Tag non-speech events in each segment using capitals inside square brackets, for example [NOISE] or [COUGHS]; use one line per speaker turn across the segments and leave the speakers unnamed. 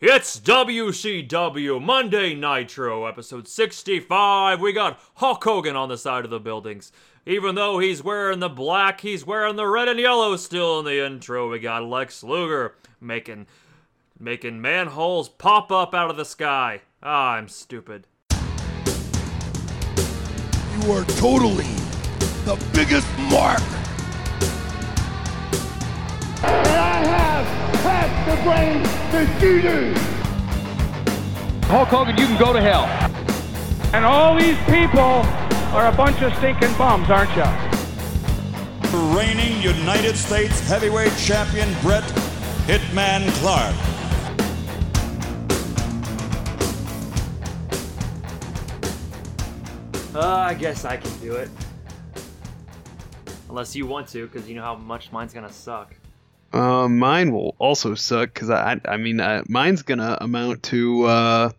It's WCW Monday Nitro, episode 65. We got Hulk Hogan on the side of the buildings. Even though he's wearing the black, he's wearing the red and yellow still in the intro. We got Lex Luger making making manholes pop up out of the sky. Ah, I'm stupid.
You are totally the biggest mark.
and I have half the brain to you do.
Hulk Hogan, you can go to hell.
And all these people are a bunch of stinking bums, aren't you?
reigning United States heavyweight champion Brett Hitman Clark.
Uh, I guess I can do it. Unless you want to, because you know how much mine's gonna suck.
Uh, mine will also suck because I, I, I mean, I, mine's gonna amount to uh,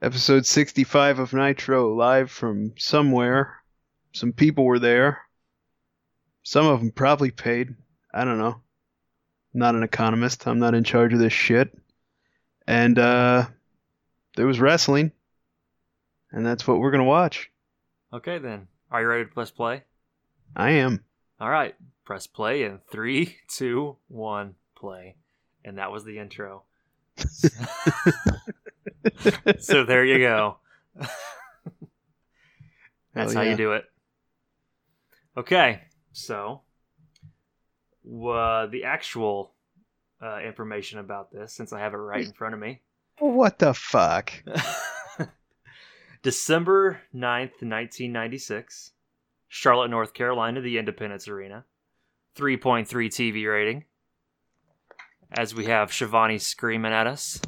episode sixty-five of Nitro live from somewhere. Some people were there. Some of them probably paid. I don't know. Not an economist. I'm not in charge of this shit. And uh, there was wrestling, and that's what we're gonna watch.
Okay then. Are you ready to press play?
I am.
All right, press play in three, [LAUGHS] two, one, play, and that was the intro. so there you go. That's
Hell
how
yeah.
you do it. Okay, so uh, the actual uh, information about this, since I have it right in front of me.
What
[LAUGHS]
the fuck?
December 9th, 1996. Charlotte, North Carolina, the Independence Arena. 3.3 TV rating. As we have Shivani screaming at us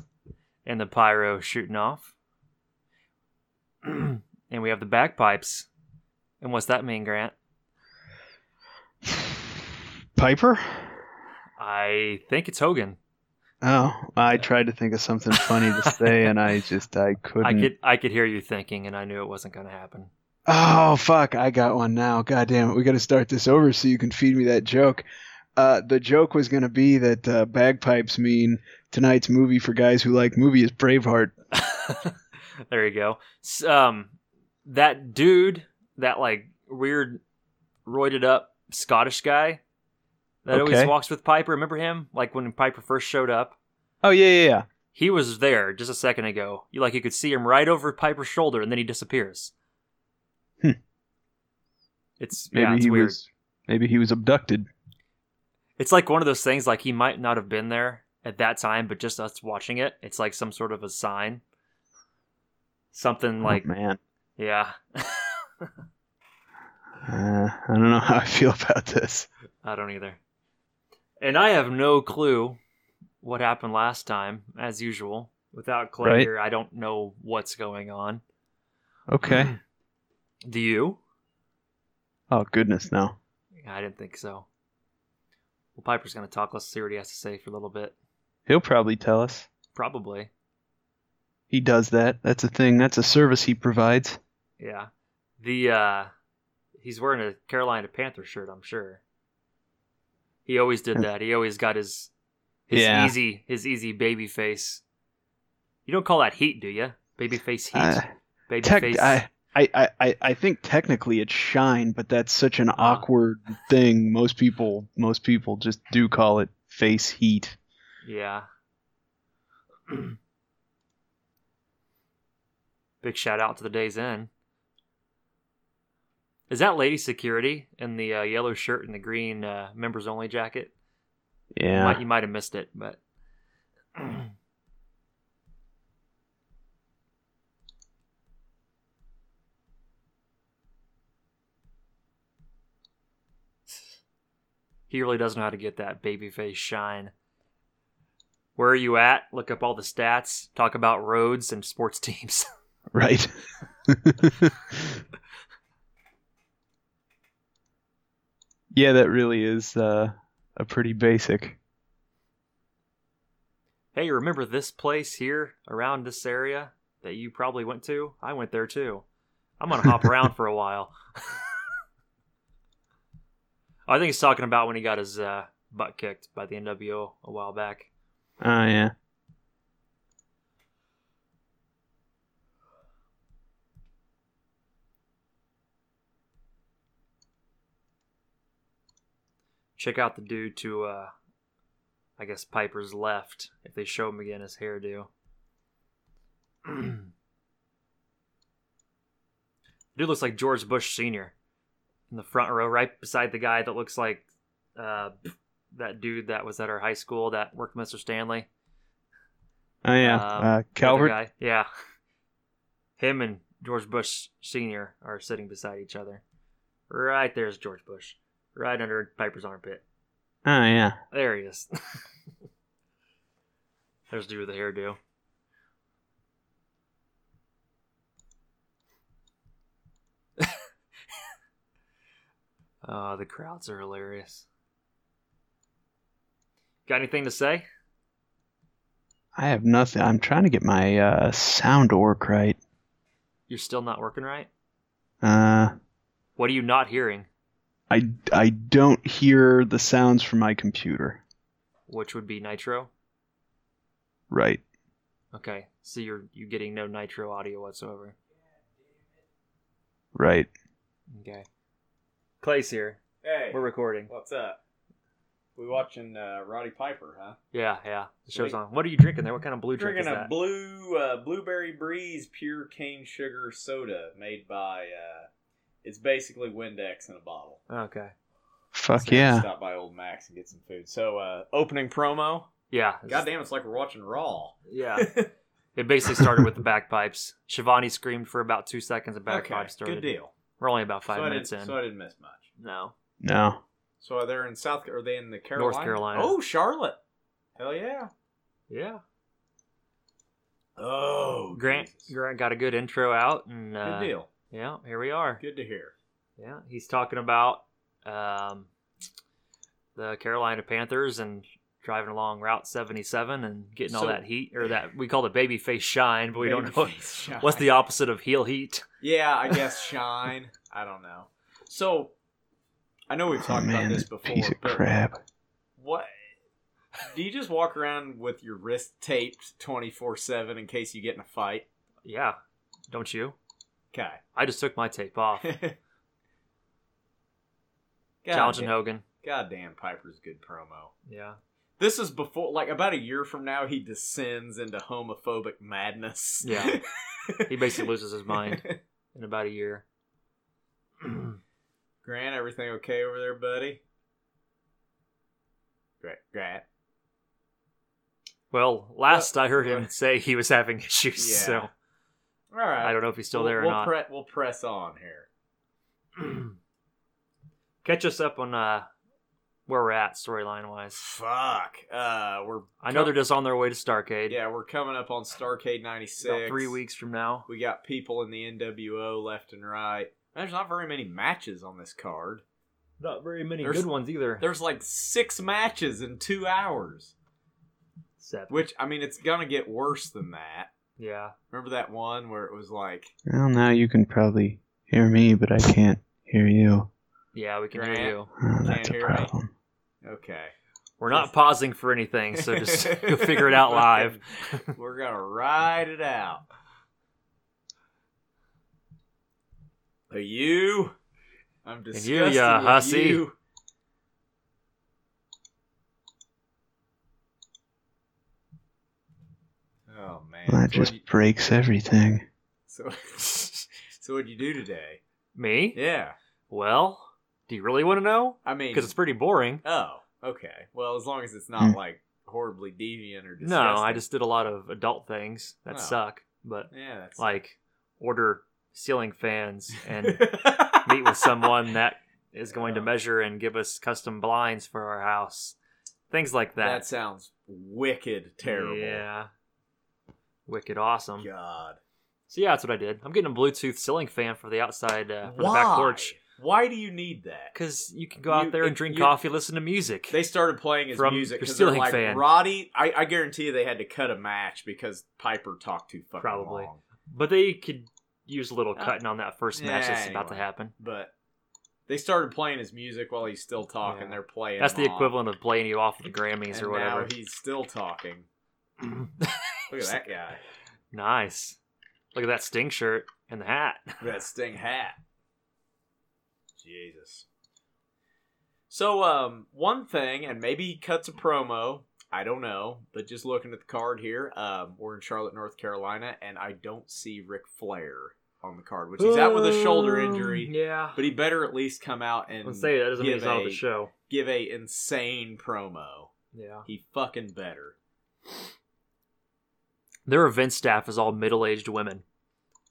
and the pyro shooting off. [CLEARS THROAT] and we have the bagpipes. And what's that mean, Grant?
Piper?
I think it's Hogan.
Oh, I tried to think of something funny to
[LAUGHS]
say, and I just I couldn't.
I could I could hear you thinking and I knew it wasn't going to happen.
Oh fuck! I got one now. God damn it! We got to start this over so you can feed me that joke. Uh, the joke was going to be that uh, bagpipes mean tonight's movie for guys who like movie is Braveheart.
[LAUGHS] there you go. S- Um, that dude, that like weird, roided up Scottish guy that always
Okay.
walks with Piper. Remember him? Like when Piper first showed up,
Oh yeah, yeah, yeah.
he was there just a second ago. You like you could see him right over Piper's shoulder, and then he disappears.
Hmm.
It's
Maybe
yeah, it's
he
weird.
was. Maybe he was abducted.
It's like one of those things. Like he might not have been there at that time, but just us watching it, it's like some sort of a sign. Something like
oh, man,
yeah.
uh, I don't know [LAUGHS] how I feel about this.
I don't either. And I have no clue what happened last time, as usual. Without Clay
Right.
here, I don't know what's going on. Hmm.
Okay.
[CLEARS THROAT] Do you?
oh goodness, no.
I didn't think so. Well, Piper's going to talk. Let's see what he has to say for a little bit.
He'll probably tell us.
Probably.
He does that. That's a thing. That's a service he provides.
Yeah. The, uh, he's wearing a Carolina Panther shirt, I'm sure. He always did that. He always got his, his
Hmm. Yeah.
easy, his easy baby face. You don't call that heat, do you? Baby face heat.
Uh,
baby
Tech,
face.
I, I, I- I, I think technically it's shine, but that's such
Uh-huh.
an awkward thing. Most people, most people just do call it face heat.
Yeah. [CLEARS THROAT] Big shout out to the Days End. Is that Lady Security in the uh, yellow shirt and the green uh, members only jacket? You might,
Yeah.
you might have missed it, but [CLEARS THROAT] he really does know how to get that babyface shine. Where are you at? Look up all the stats. Talk about roads and sports [LAUGHS] teams.
[LAUGHS] Right. [LAUGHS] yeah, that really is uh, a pretty basic.
hey, remember this place here around this area that you probably went to? I went there too. I'm gonna hop around for a while. [LAUGHS] I think he's talking about when he got his uh, butt kicked by the NWO a while back.
Oh yeah.
check out the dude to, uh, I guess Piper's left if they show him again his hairdo. [CLEARS THROAT] dude looks like George Bush Senior in the front row, right beside the guy that looks like uh, that dude that was at our high school that worked with Mr. Stanley.
Oh yeah,
Um,
uh, Calvert.
Other guy. Yeah. [LAUGHS] Him and George Bush Sr. are sitting beside each other. Right there's George Bush. Right under Piper's armpit.
Oh yeah.
There he is. [LAUGHS] there's dude with the hairdo. [LAUGHS] oh, the crowds are hilarious. Got anything to say?
I have nothing. I'm trying to get my uh, sound orc right.
You're still not working right?
Uh,
What are you not hearing?
I I don't hear the sounds from my computer.
which would be nitro.
Right.
Okay, so you're you getting no nitro audio whatsoever.
Right.
Okay, Clay's here.
Hey,
We're recording.
what's up? We watching uh, Roddy Piper, huh?
Yeah, yeah. The show's
Wait.
on. What are you drinking there? What kind of blue drink is
Drinking a
that?
blue uh, blueberry breeze pure cane sugar soda made by. Uh, it's basically Windex in a bottle.
okay.
Fuck
So I
yeah.
Stop by Old Max and get some food. So uh, opening promo.
Yeah. it's-
Goddamn, it's like we're watching Raw.
Yeah. [LAUGHS] it basically started with the bagpipes. Shivani screamed for about two seconds. The bagpipes started.
good deal.
We're only about five
so
minutes
I didn't,
in.
So I didn't miss much.
no.
No.
So they're in South. Are they in the Carolina?
Carolina.
Oh, Charlotte. Hell yeah.
Yeah.
Oh,
Grant
Jesus.
Grant got a good intro out, and
Good
uh,
deal.
yeah, here we are.
Good to hear.
Yeah, he's talking about um, the Carolina Panthers and driving along Route 77 and getting all
So-
that heat, or that we call it baby face shine, but we don't know [LAUGHS]
Babyface
what's the
shine.
opposite of heel heat.
Yeah, I guess shine. I don't know. So I know we've
Oh
talked
man,
about this
this
before.
piece of
but
crap.
What? Do you just walk around with your wrist taped twenty four seven in case you get in a fight?
Yeah, don't you?
Okay. [LAUGHS]
I just took my tape off. Challenging
Goddamn,
Hogan.
goddamn Piper's good promo.
Yeah.
This is before, like, about a year from now, he descends into homophobic madness. [LAUGHS]
Yeah. He basically loses his mind in about a year.
Grant, everything okay over there, buddy? Grant, Grant.
Well, last I heard him
what-
say he was having issues,
Yeah.
so
All right.
I don't know if he's still
We'll-
there or
we'll
not.
pre- we'll press on here.
Catch us up on uh, where we're at storyline wise.
Fuck. Uh, we're
I know they're just on their way to Starcade.
yeah, we're coming up on Starcade '96.
About three weeks from now.
We got people in the NWO left and right. There's not very many matches on this card.
Not very many
There's-
good ones either.
There's like six matches in two hours.
Seven.
Which I mean, it's gonna get worse than that.
yeah.
Remember that one where it was like
Well, now you can probably hear me, but I can't hear you.
Yeah, we can
Grant.
hear you.
Oh, that's a
hear me.
problem.
okay.
We're
[LAUGHS]
not pausing for anything, so just go figure it out live. [LAUGHS]
We're gonna ride it out. Are you? I'm disgusted
you, ya
with
hussy.
you. Oh man!
Well, that
so,
just
what'd you,
breaks everything.
so, so [LAUGHS] what'd you do today?
Me?
Yeah,
Well, do you really want to know?
I mean,
Because it's pretty boring.
oh, okay. Well, as long as it's not
Hmm.
like horribly deviant or disgusting.
No, I just did a lot of adult things that
Oh.
suck, but
yeah, that's [LAUGHS]
like order ceiling fans and meet
meet
with someone that is going to
Yeah.
measure and give us custom blinds for our house. Things like that.
That sounds wicked terrible.
Yeah. Wicked awesome.
God.
So yeah, that's what I did. I'm getting a Bluetooth ceiling fan for the outside, uh, for the back porch,
Why do you need that?
because you can go out
You-
there and
if
drink
you-
coffee, listen to music.
They started playing his
From
music
your
because they're
ceiling
like
fan.
Roddy. I, I guarantee you they had to cut a match because Piper talked too fucking
Probably.
long.
but they could use a little
Uh,
cutting on that first match
yeah,
that's about to
anyway.
happen.
But they started playing his music while he's still talking.
Yeah.
They're playing.
That's the
him off,
equivalent of playing you off at the Grammys
And
or whatever.
now he's still talking. Look at that guy.
[CLEARS THROAT] nice. Look at that Sting shirt and the [LAUGHS] hat.
Look at that Sting hat. Jesus. So, um, one thing, and maybe he cuts a promo. I don't know, but just looking at the card here, um, we're in Charlotte, North Carolina, and I don't see Ric Flair on the card, which he's out with a shoulder
Um,
injury.
Yeah.
But he better at least come out and
Let's say that doesn't mean
give
he's not
a-
on the show.
give a insane promo.
Yeah.
He fucking better.
Their event staff is all middle aged women.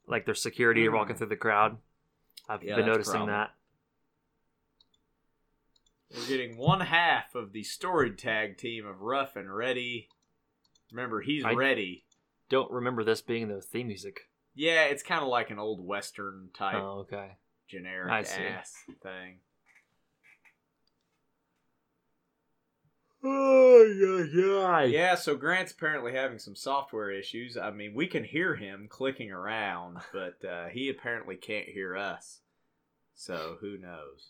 Like their security
Hmm.
walking through the crowd. I've
Yeah,
been
that's a
noticing
problem.
that.
We're getting one half of the storied tag team of Rough and Ready. Remember, he's
I-
ready.
Don't remember this being their theme music.
Yeah, it's kind of like an old western type
Oh, okay.
generic
I see.
ass thing.
Oh, yeah,
Yeah, so Grant's apparently having some software issues. I mean, we can hear him clicking
[LAUGHS]
around, but uh, he apparently can't hear us. So who knows?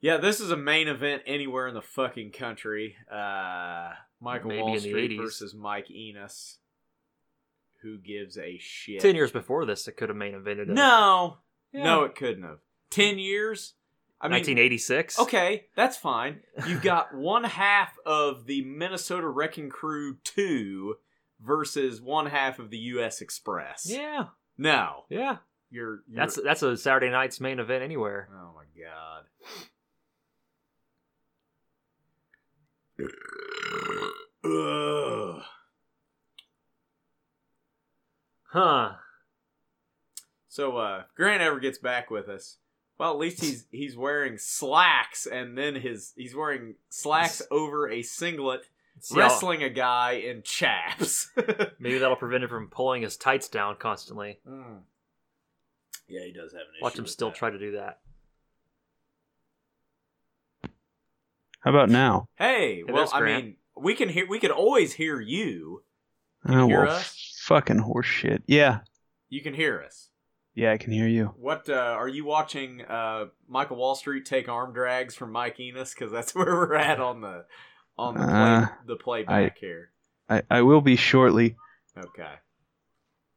Yeah, this is a main event anywhere in the fucking country. Uh, Michael
Maybe
Wall
in the
Street
80s.
versus Mike Enos. Who gives a shit?
Ten years before this, it could have main invented.
No, no, it couldn't have. Ten years. I mean,
1986.
Okay, that's fine. You've got [LAUGHS] one half of the Minnesota Wrecking Crew 2 versus one half of the U.S. Express.
Yeah,
No,
yeah.
you're, you're
That's that's a Saturday night's main event anywhere.
Oh my god.
[SNIFFS]
Ugh.
Huh.
So, uh, if Grant ever gets back with us. Well, at least he's he's wearing slacks, and then his he's wearing slacks over a singlet,
See how-
wrestling a guy in chaps. [LAUGHS]
Maybe that'll prevent him from pulling his tights down constantly.
Mm. Yeah, he does have an issue.
Hmm. Watch him
with
still
that.
try to do that.
How about now?
Hey, well,
there's
I
Grant.
mean, we can hear. We can always hear you.
Oh,
hear
well,
us?
fucking horseshit. Yeah,
You can hear us.
yeah, I can hear you.
What uh, are you watching? Uh, Michael Wall Street take arm drags from Mike Enos because that's [LAUGHS] where we're at on the on the,
Uh,
play, the playback here.
I, I will be shortly.
Okay,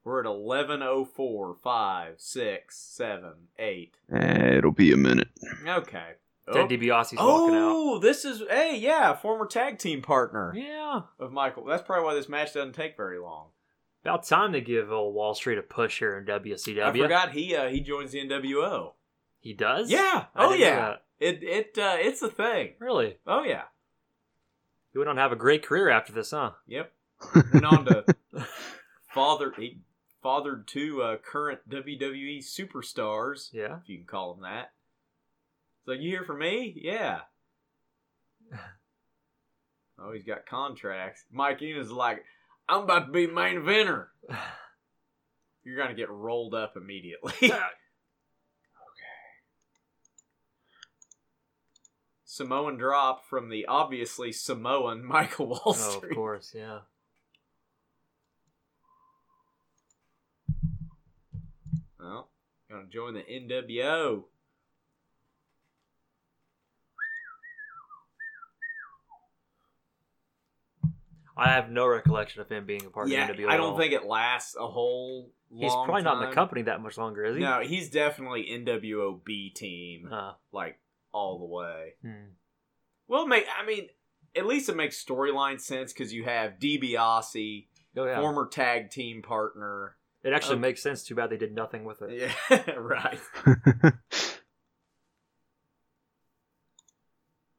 we're at eleven oh four five six seven eight.
Eh, it'll be a minute. [LAUGHS]
Okay.
Ted
oh,
DiBiase's walking out.
oh this is hey yeah former tag team partner
Yeah.
of Michael. That's probably why this match doesn't take very long.
About time to give old Wall Street a push here in WCW.
I forgot he uh, he joins the NWO.
He does.
Yeah.
I
Oh
didn't know
yeah.
that.
It it uh, it's a thing.
Really.
Oh yeah.
He went on to have a great career after this, huh?
Yep. Went
[LAUGHS]
on to father he fathered two uh, current WWE superstars,
Yeah.
if you can call them that. So you here for me? Yeah.
[LAUGHS]
Oh, he's got contracts. Mike Enos is like, I'm about to be main
[SIGHS]
eventer. You're gonna get rolled
[LAUGHS]
up immediately. [LAUGHS] Samoan drop from the obviously Samoan [LAUGHS] Michael Wall
Oh,
Street.
of course. Yeah.
Well, gonna join the NWO.
I have no recollection of him being a part
yeah,
of NWO.
I
at
don't
all.
think it lasts a whole long
he's probably not in the
time.
company that much longer, is he?
No, he's definitely NWO B team,
Uh,
like all the way.
hmm.
Well, make I mean, at least it makes storyline sense because you have DiBiase,
Oh yeah.
former tag
[LAUGHS]
team partner.
it actually
okay.
makes sense. Too bad they did nothing with it.
Yeah, [LAUGHS] right.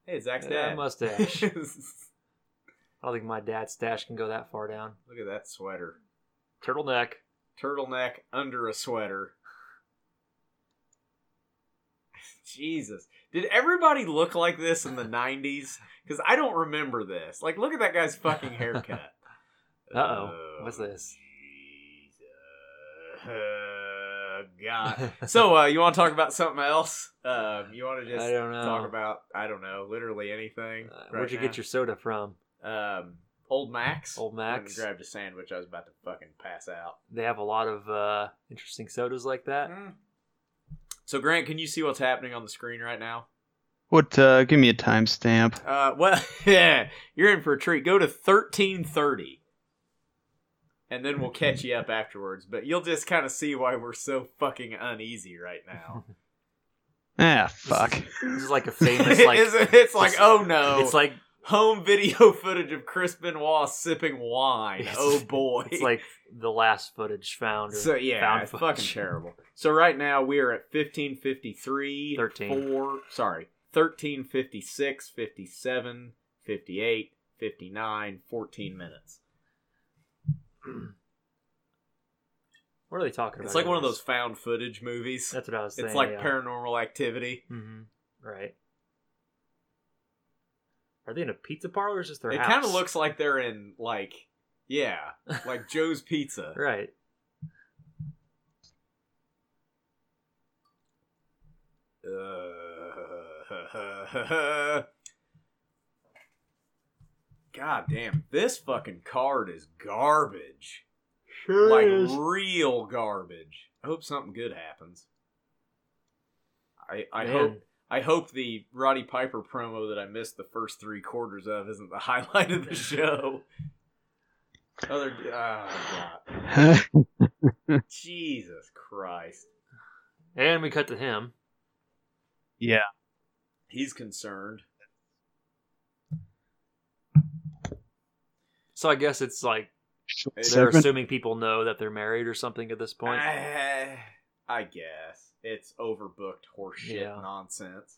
Hey, Zach's
Yeah,
dad.
mustache.
[LAUGHS] Look
I don't think my dad's stash can go that far down.
at that sweater.
Turtleneck.
turtleneck under a sweater. [LAUGHS] Jesus. Did everybody look like
[LAUGHS]
this in the 90s? Because I don't remember this. Like, look at that guy's
[LAUGHS]
fucking haircut.
Uh-oh. What's
Uh,
this?
Jesus. Uh, [LAUGHS]
[LAUGHS]
God. So, uh, you want to talk about something else? Um, you want to just
I don't know.
talk about, I don't know, literally anything?
Uh,
right
where'd you
now?
get your soda from?
Um, Old Max?
Old
I went and
Max.
grabbed a sandwich. I was about to fucking pass out.
They have a lot of uh, interesting sodas like that.
Mm. So Grant, can you see what's happening on the screen right now?
what? Uh, give me a timestamp.
Uh, [LAUGHS] well, yeah, you're in for a treat. Go to thirteen thirty, and then we'll catch you up afterwards. But you'll just kind of see why we're so fucking uneasy right now.
Ah, fuck. [LAUGHS]
This is like
[LAUGHS]
a famous like
it's, it's like, oh no.
it's like
home video [LAUGHS] footage of Chris Benoit sipping wine.
It's- [LAUGHS]
Oh boy.
it's like the last footage found. Or
so yeah,
found
it's
footage.
fucking terrible. So right now we are at 1553,
13.
4, sorry, 1356, 57, 58, 59, 14 minutes.
What are they talking about?
It's like one of
anyways?
those found footage movies.
That's what I was saying.
it's like
yeah.
paranormal activity.
Mhm. Right. Are they in a pizza parlor or is this their
It
house?
kind of looks like they're in like yeah, like Joe's
[LAUGHS]
Pizza.
Right.
[LAUGHS] Uh, God damn, this fucking card is garbage. like real garbage. I hope something good happens. I I
Man.
hope I hope the Roddy Piper promo that I missed the first three quarters of isn't the [LAUGHS] highlight of the show. Other oh, God. Jesus Christ.
And we cut to him.
yeah.
He's concerned.
So I guess it's like they're
Seven.
assuming people know that they're married or something at this point.
Eh, I guess it's overbooked horseshit
Yeah.
nonsense.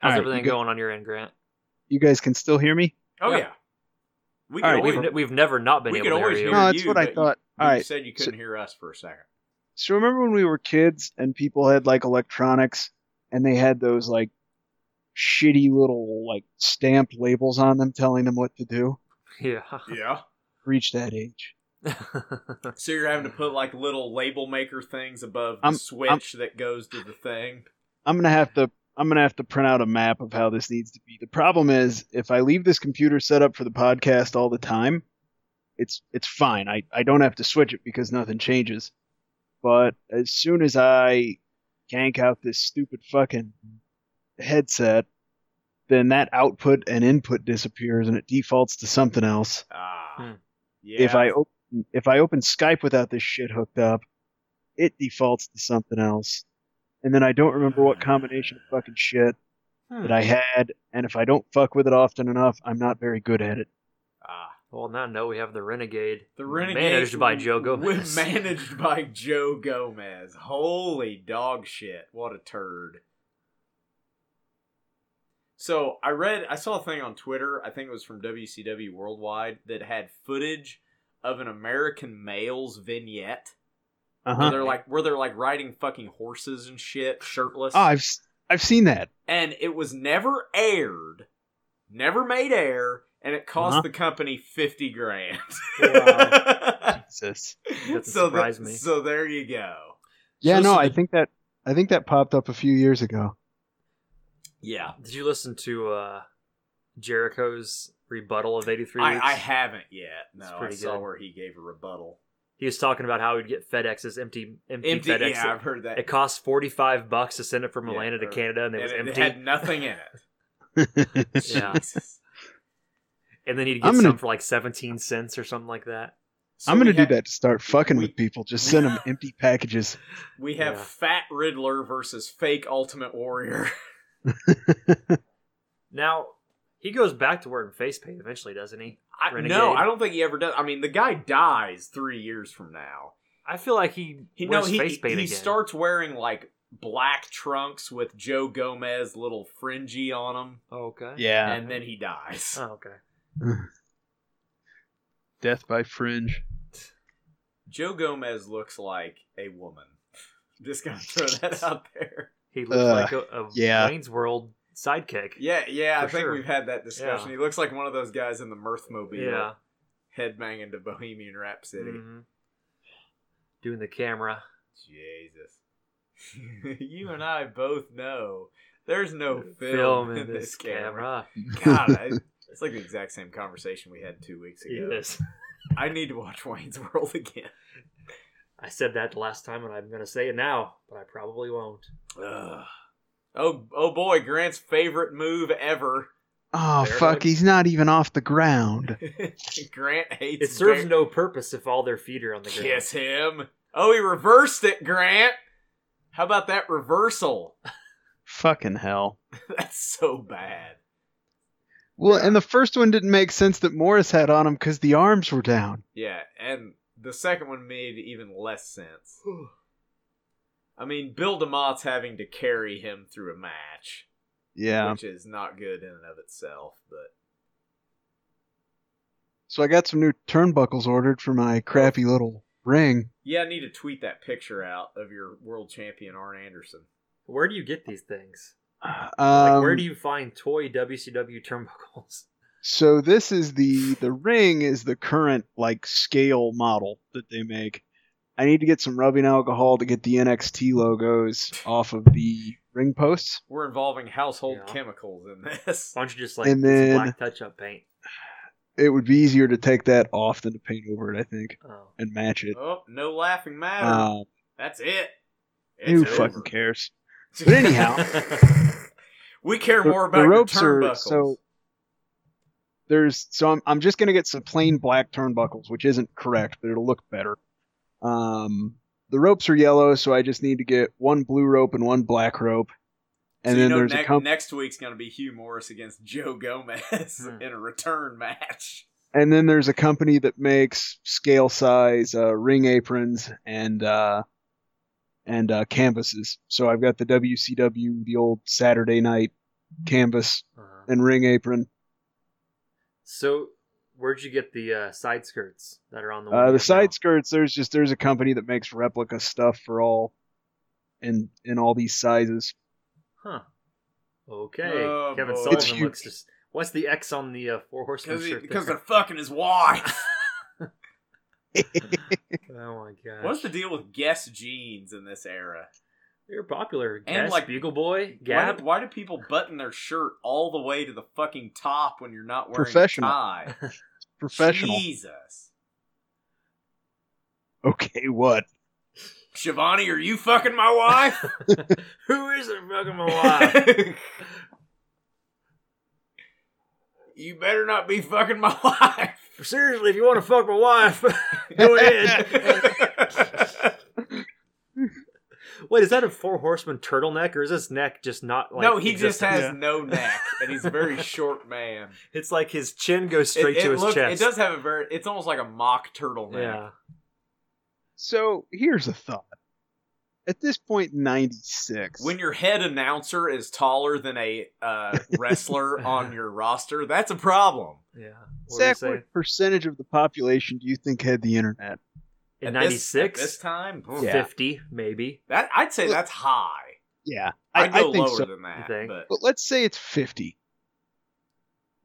How's
All right,
everything
you go-
going on your end, Grant?
You guys can still hear me?
Oh yeah,
Yeah.
we
All
could
right,
always,
We've, ne- we've never not been
we could
able to hear
always
you.
hear
No, that's
you,
what I
but
thought.
You,
All
you
right.
said you couldn't hear us for a second.
So remember when we were kids and people had like electronics and they had those like shitty little like stamped labels on them telling them what to do?
[LAUGHS] Yeah.
Yeah.
Reach that age.
[LAUGHS] So you're having to put like little label maker things above the
I'm-
switch that goes to the thing.
I'm gonna have to I'm gonna have to print out a map of how this needs to be. The problem is if I leave this computer set up for the podcast all the time, it's it's fine. I, I don't have to switch it because nothing changes. But as soon as I gank out this stupid fucking headset, then that output and input disappears and it defaults to something else.
Ah.
Hmm.
Yeah.
If I open if I open Skype without this shit hooked up, it defaults to something else. And then I don't remember [SIGHS] what combination of fucking shit that I had, and if I don't fuck with it often enough, I'm not very good at it.
Ah.
Well, now no, we have the Renegade.
the renegade
Managed by
[LAUGHS]
Joe
w-
Gomez.
Managed by Joe Gomez. Holy dog shit! What a turd. So I read, I saw a thing on Twitter. I think it was from WCW Worldwide that had footage of an American male's vignette where
Uh-huh.
they're like, where they're like riding fucking horses and shit, shirtless.
Oh, I've s- I've seen that.
and it was never aired, never made air, and it cost
Uh-huh.
the company fifty grand. [LAUGHS]
Jesus.
Doesn't
so
surprise
th-
me.
So there you go.
Yeah,
So-
no,
so
I
the-
think that I think that popped up a few years [LAUGHS] ago.
Yeah,
Did you listen to uh, Jericho's rebuttal of 83
I,
weeks?
I haven't yet. No,
It's
I
pretty
saw
good.
where he gave a rebuttal.
He was talking about how he'd get FedEx's empty, empty,
Empty.
FedEx.
Yeah, I've heard that.
It cost 45 bucks to send it from
Yeah,
Atlanta to
or-
Canada and it was
and
empty.
had nothing
[LAUGHS]
in it.
Yeah.
[LAUGHS]
Jesus.
And then he'd get
I'm gonna-
some for like 17 cents or something like that.
So
I'm gonna
we
do
have-
that to start fucking
we-
with people. Just send them empty packages.
We have
Yeah.
Fat Riddler versus Fake Ultimate Warrior. [LAUGHS]
Now, he goes back to wearing face paint eventually, doesn't he?
I, no,
Renegade.
I don't think he ever does. I mean, the guy dies three years from now.
I feel like he,
He no,
wears
he
face paint
he
again.
starts wearing like black trunks with Joe Gomez little fringy on him,
oh, okay.
Yeah.
and then he dies.
Oh, okay.
Death by fringe.
Joe Gomez looks like a woman. Just [LAUGHS] gonna throw that out there.
He looks
Ugh,
like a, a
Uh, yeah.
Wayne's World sidekick.
Yeah, yeah, I
For
think
sure.
we've had that discussion.
Yeah.
He looks like one of those guys in the Mirthmobile,
Yeah.
headbanging to Bohemian Rhapsody.
Mhm. Doing the camera.
Jesus, [LAUGHS] you and I both know there's no film,
Film in this
camera.
camera.
[LAUGHS] God, I, it's like the exact same conversation we had two weeks ago.
Yes.
I need to watch Wayne's World again.
I said that last time and I'm going to say it now, but I probably won't.
Ugh. Oh, oh boy, Grant's favorite move ever. [LAUGHS]
Oh
Fair
fuck,
enough.
he's not even off the ground.
Grant hates.
It serves
Bar-
no purpose if all their feet are on the ground.
Kiss him. Oh, he reversed it, Grant. How about that reversal? [LAUGHS]
Fucking hell.
That's so bad.
Well, and the first one didn't make sense that Morris had on him because the arms were down.
Yeah, and the second one made even less
[SIGHS]
sense. I mean, Bill DeMott's having to carry him through a match,
Yeah.
which is not good in and of itself, but
So I got some new turnbuckles ordered for my crappy little ring.
yeah, I need to tweet that picture out of your world champion Arn Anderson.
Where do you get these things? Like,
Um,
where do you find toy WCW turnbuckles? [LAUGHS]
So this is the the ring is the current like scale model that they make. I need to get some rubbing alcohol to get the NXT logos off of the ring posts.
We're involving household
Yeah.
chemicals in this. [LAUGHS]
Why don't you just like
And
some
then-
black touch-up paint?
It would be easier to take that off than to paint over it, I think,
Oh.
and match it.
Oh, no laughing matter.
Uh,
That's it. It's
who
over.
fucking
[LAUGHS]
cares?
[LAUGHS]
But anyhow,
Uh-huh.
we care
the-
more
the
about your
ropes are-
turnbuckles.
so- there's so I'm, I'm just gonna get some plain black turnbuckles, which isn't correct, but it'll look better. Um, the ropes are yellow, so I just need to get one blue rope and one black rope. And
So you
then
know
there's
ne-
a comp-
next week's going to be Hugh Morris against Joe Gomez
Hmm.
in a return match.
and then there's a company that makes scale size uh, ring aprons and uh, and uh, canvases. So I've got the WCW, the old Saturday night canvas
Uh-huh.
and ring apron.
So, where'd you get the uh, side skirts that are on the? one
Uh,
right now?
the side skirts, there's just there's a company that makes replica stuff for all in in all these sizes.
Huh. Okay.
Oh,
Kevin
boy.
It's
Sullivan
huge.
looks just. What's the X on the uh, four horsemen
Because
shirt?
because
there?
they're fucking his
[LAUGHS]
wife. [LAUGHS]
oh my god.
What's the deal with guest jeans in this era?
You're popular. Guess,
And, like,
Bugle Boy,
Why do,
Gab.
why do people button their shirt all the way to the fucking top when you're not wearing
Professional.
a tie?
[LAUGHS] Professional.
Jesus.
Okay, what?
Shivani, are you fucking my wife?
[LAUGHS] Who is it fucking
[LAUGHS]
my wife?
you better not be fucking my wife.
Seriously, if you want to fuck my wife, [LAUGHS] go
[LAUGHS]
ahead. [LAUGHS] Wait, is that a four horseman turtleneck or is his neck just not like
no, he just
existent?
has
Yeah.
no neck, and he's
[LAUGHS]
a very short man.
It's like his chin goes straight to his
looks-
chest.
It does have a very. It's almost like a mock turtleneck.
Yeah.
So here's a thought. At this point, ninety six.
When your head announcer is taller than a
[LAUGHS]
uh, wrestler on your roster, that's a problem.
Yeah. What were you
Zach,
saying?
what percentage of the population do you think had the internet?
In
At this- at
96?
this, time, pff,
Yeah.
50, maybe.
that I'd say that's high.
Yeah, I,
I'd go
I think
lower
so.
than that.
You think?
But
But let's say it's fifty.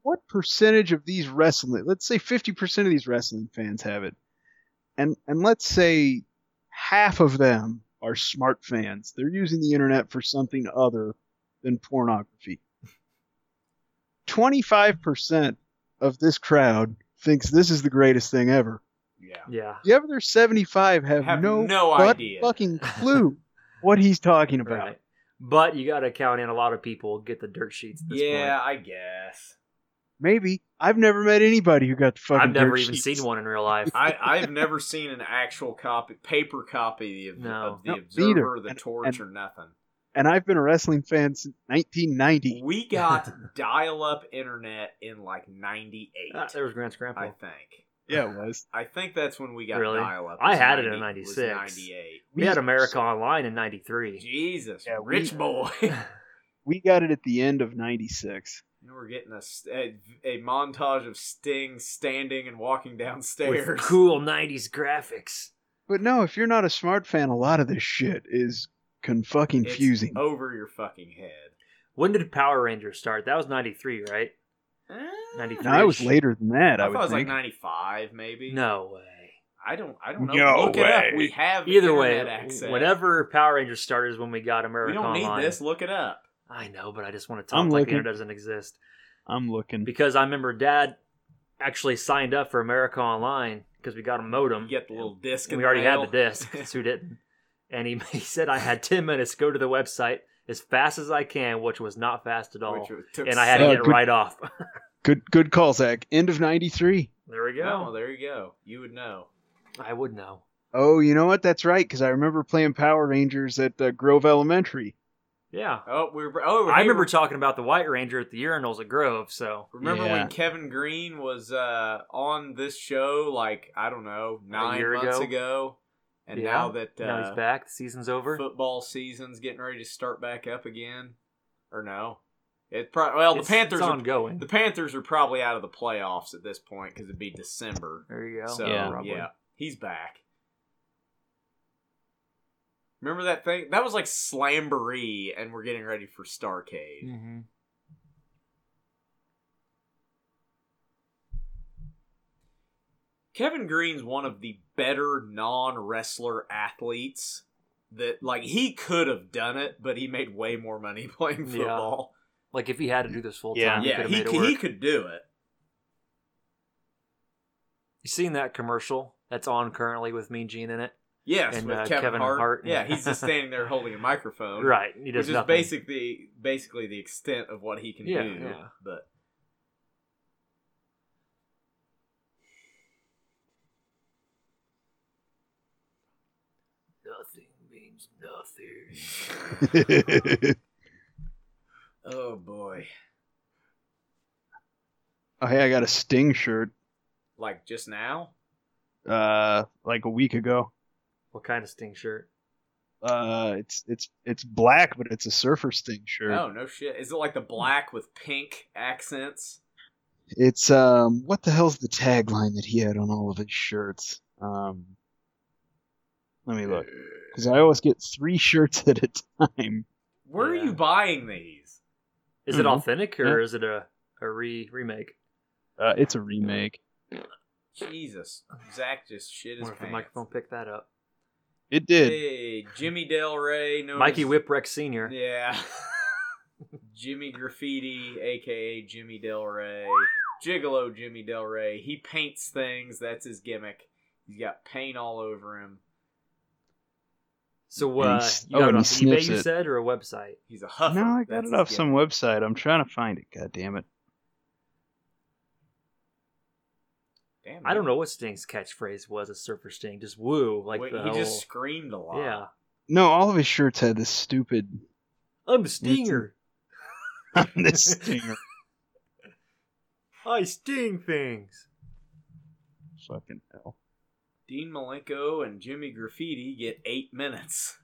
What percentage of these wrestling? Let's say fifty percent of these wrestling fans have it, and and let's say half of them are smart fans. They're using the internet for something other than pornography. Twenty-five percent of this crowd thinks this is the greatest thing ever.
yeah,
Yeah.
The other seventy-five have,
Have
no,
no
butt
idea.
fucking
[LAUGHS]
clue what he's talking about.
Right. But you got to count in a lot of people get the dirt sheets at this
yeah, I guess.
Maybe. I've never met anybody who got the
point.
fucking
I've never
dirt
even
sheets.
seen one in real life.
[LAUGHS] I I've never seen an actual copy, paper copy of,
No.
of the
No,
Observer,
neither.
the
And-
Torch,
and-
or nothing.
And I've been a wrestling fan since [LAUGHS] 1990.
We got dial-up internet in like '98,
Ah, there was Grant's grandpa.
I think.
Yeah, it was.
I think that's when we got
Really?
dial-up.
I
was
had it in
90 was
96.
98.
we had America Online in 93.
Jesus,
Yeah, we-
rich
[LAUGHS]
boy. [LAUGHS]
We got it at the end of 96.
And we're getting a, st- a, a montage of Sting standing and walking
With
downstairs.
cool 90s graphics.
But no, if you're not a smart fan, a lot of this shit is con fucking
It's
fusing.
over your fucking head.
When did Power Rangers start? That was 93, right?
Eh,
93.
No, I was later than that, I,
I,
would
thought it was
think.
like '95, maybe.
No way.
I don't. I don't know.
No
Look it up.
way.
We have
Either way,
internet access.
whenever Power Rangers started is when we got America
We don't need
Online.
this. Look it up.
I know, but I just want to talk
I'm
like
looking.
the internet doesn't exist.
I'm looking.
Because I remember Dad actually signed up for America Online because we got a modem.
You get the little disc. in
we already had
mail.
the disc. That's who didn't. And he, [LAUGHS] he said I had 10 minutes to go to the website as fast as I can, which was not fast at all.
Which it took
And I had to
Oh,
get it
good-
right off. [LAUGHS]
Good good call, Zach. End of 93.
there we
seconds. Oh,
go.
there you go. You would know.
I would know.
Oh, you know what? That's right, because I remember playing Power Rangers at uh, Grove Elementary.
Yeah.
Oh, we were. Oh,
I
hey,
remember talking about the White Ranger at the urinals at Grove, so
Remember
Yeah.
when Kevin Green was uh, on this show, like I don't know, nine
year
months
ago?
ago, and
Yeah.
now that uh,
now he's back. The season's over.
football season's getting ready to start back up again, or no? It probably well the
It's-
Panthers
it's
are,
ongoing.
the Panthers are probably out of the playoffs at this point because it'd be December.
there you go.
So
Yeah.
yeah, he's back. Remember that thing? That was like Slamboree, and we're getting ready for Starcade.
hmm
Kevin Green's one of the better non wrestler athletes that like he could have done it, but he made way more money [LAUGHS] playing
Yeah.
football.
Like if he had to do this full
Yeah.
time, he could
Yeah,
have
he,
made it
c-
work.
he could do it.
You seen that commercial that's on currently with Mean Gene in it?
Yes,
And,
with
uh,
Kevin,
Kevin
Hart.
Hart,
Yeah,
yeah.
he's just standing there
[LAUGHS]
holding a microphone.
Right. He
Which
does
is
nothing.
basically basically the extent of what he can
Yeah,
do.
yeah.
But
Nothing means nothing.
oh boy.
oh, hey, I got a Sting shirt
Like just now?
uh, like a week ago.
What kind of sting shirt?
Uh, it's it's it's black, but it's a surfer Sting shirt.
Oh no shit. Is it like the black with pink accents?
It's um, what the hell's the tagline that he had on all of his shirts? Um, let me
Uh,
look, because I always get three [LAUGHS] shirts at a time.
Where
Yeah.
are you buying these?
Is it
Mhm.
authentic or is it a, a re remake?
Uh, it's a remake.
Jesus. Zach just shit his
Wonder if the
pants.
microphone picked that up.
It did.
Hey, Jimmy Del Rey. known
Mikey
as-
Whipwreck Sr.
Yeah. [LAUGHS] Jimmy Graffiti, aka Jimmy Del Rey. Gigolo Jimmy Del Rey. He paints things. That's his gimmick. He's got paint all over him.
So
And
uh,
he s-
you
oh,
got it
and he
on eBay,
sniffs
you
it.
said, or a website?
He's a huffer.
No, I got
That's
it
his
off some
gimmick.
website. I'm trying to find it. God damn it.
Damn,
I don't
man.
know what Sting's catchphrase was. A surfer Sting, just woo, like
Wait,
the
he
whole,
just screamed a lot.
yeah.
No, all of his shirts had this stupid [LAUGHS]
I'm a stinger.
[LAUGHS]
this stinger.
I sting things.
Fucking hell.
Dean Malenko and Jimmy Graffiti get eight minutes.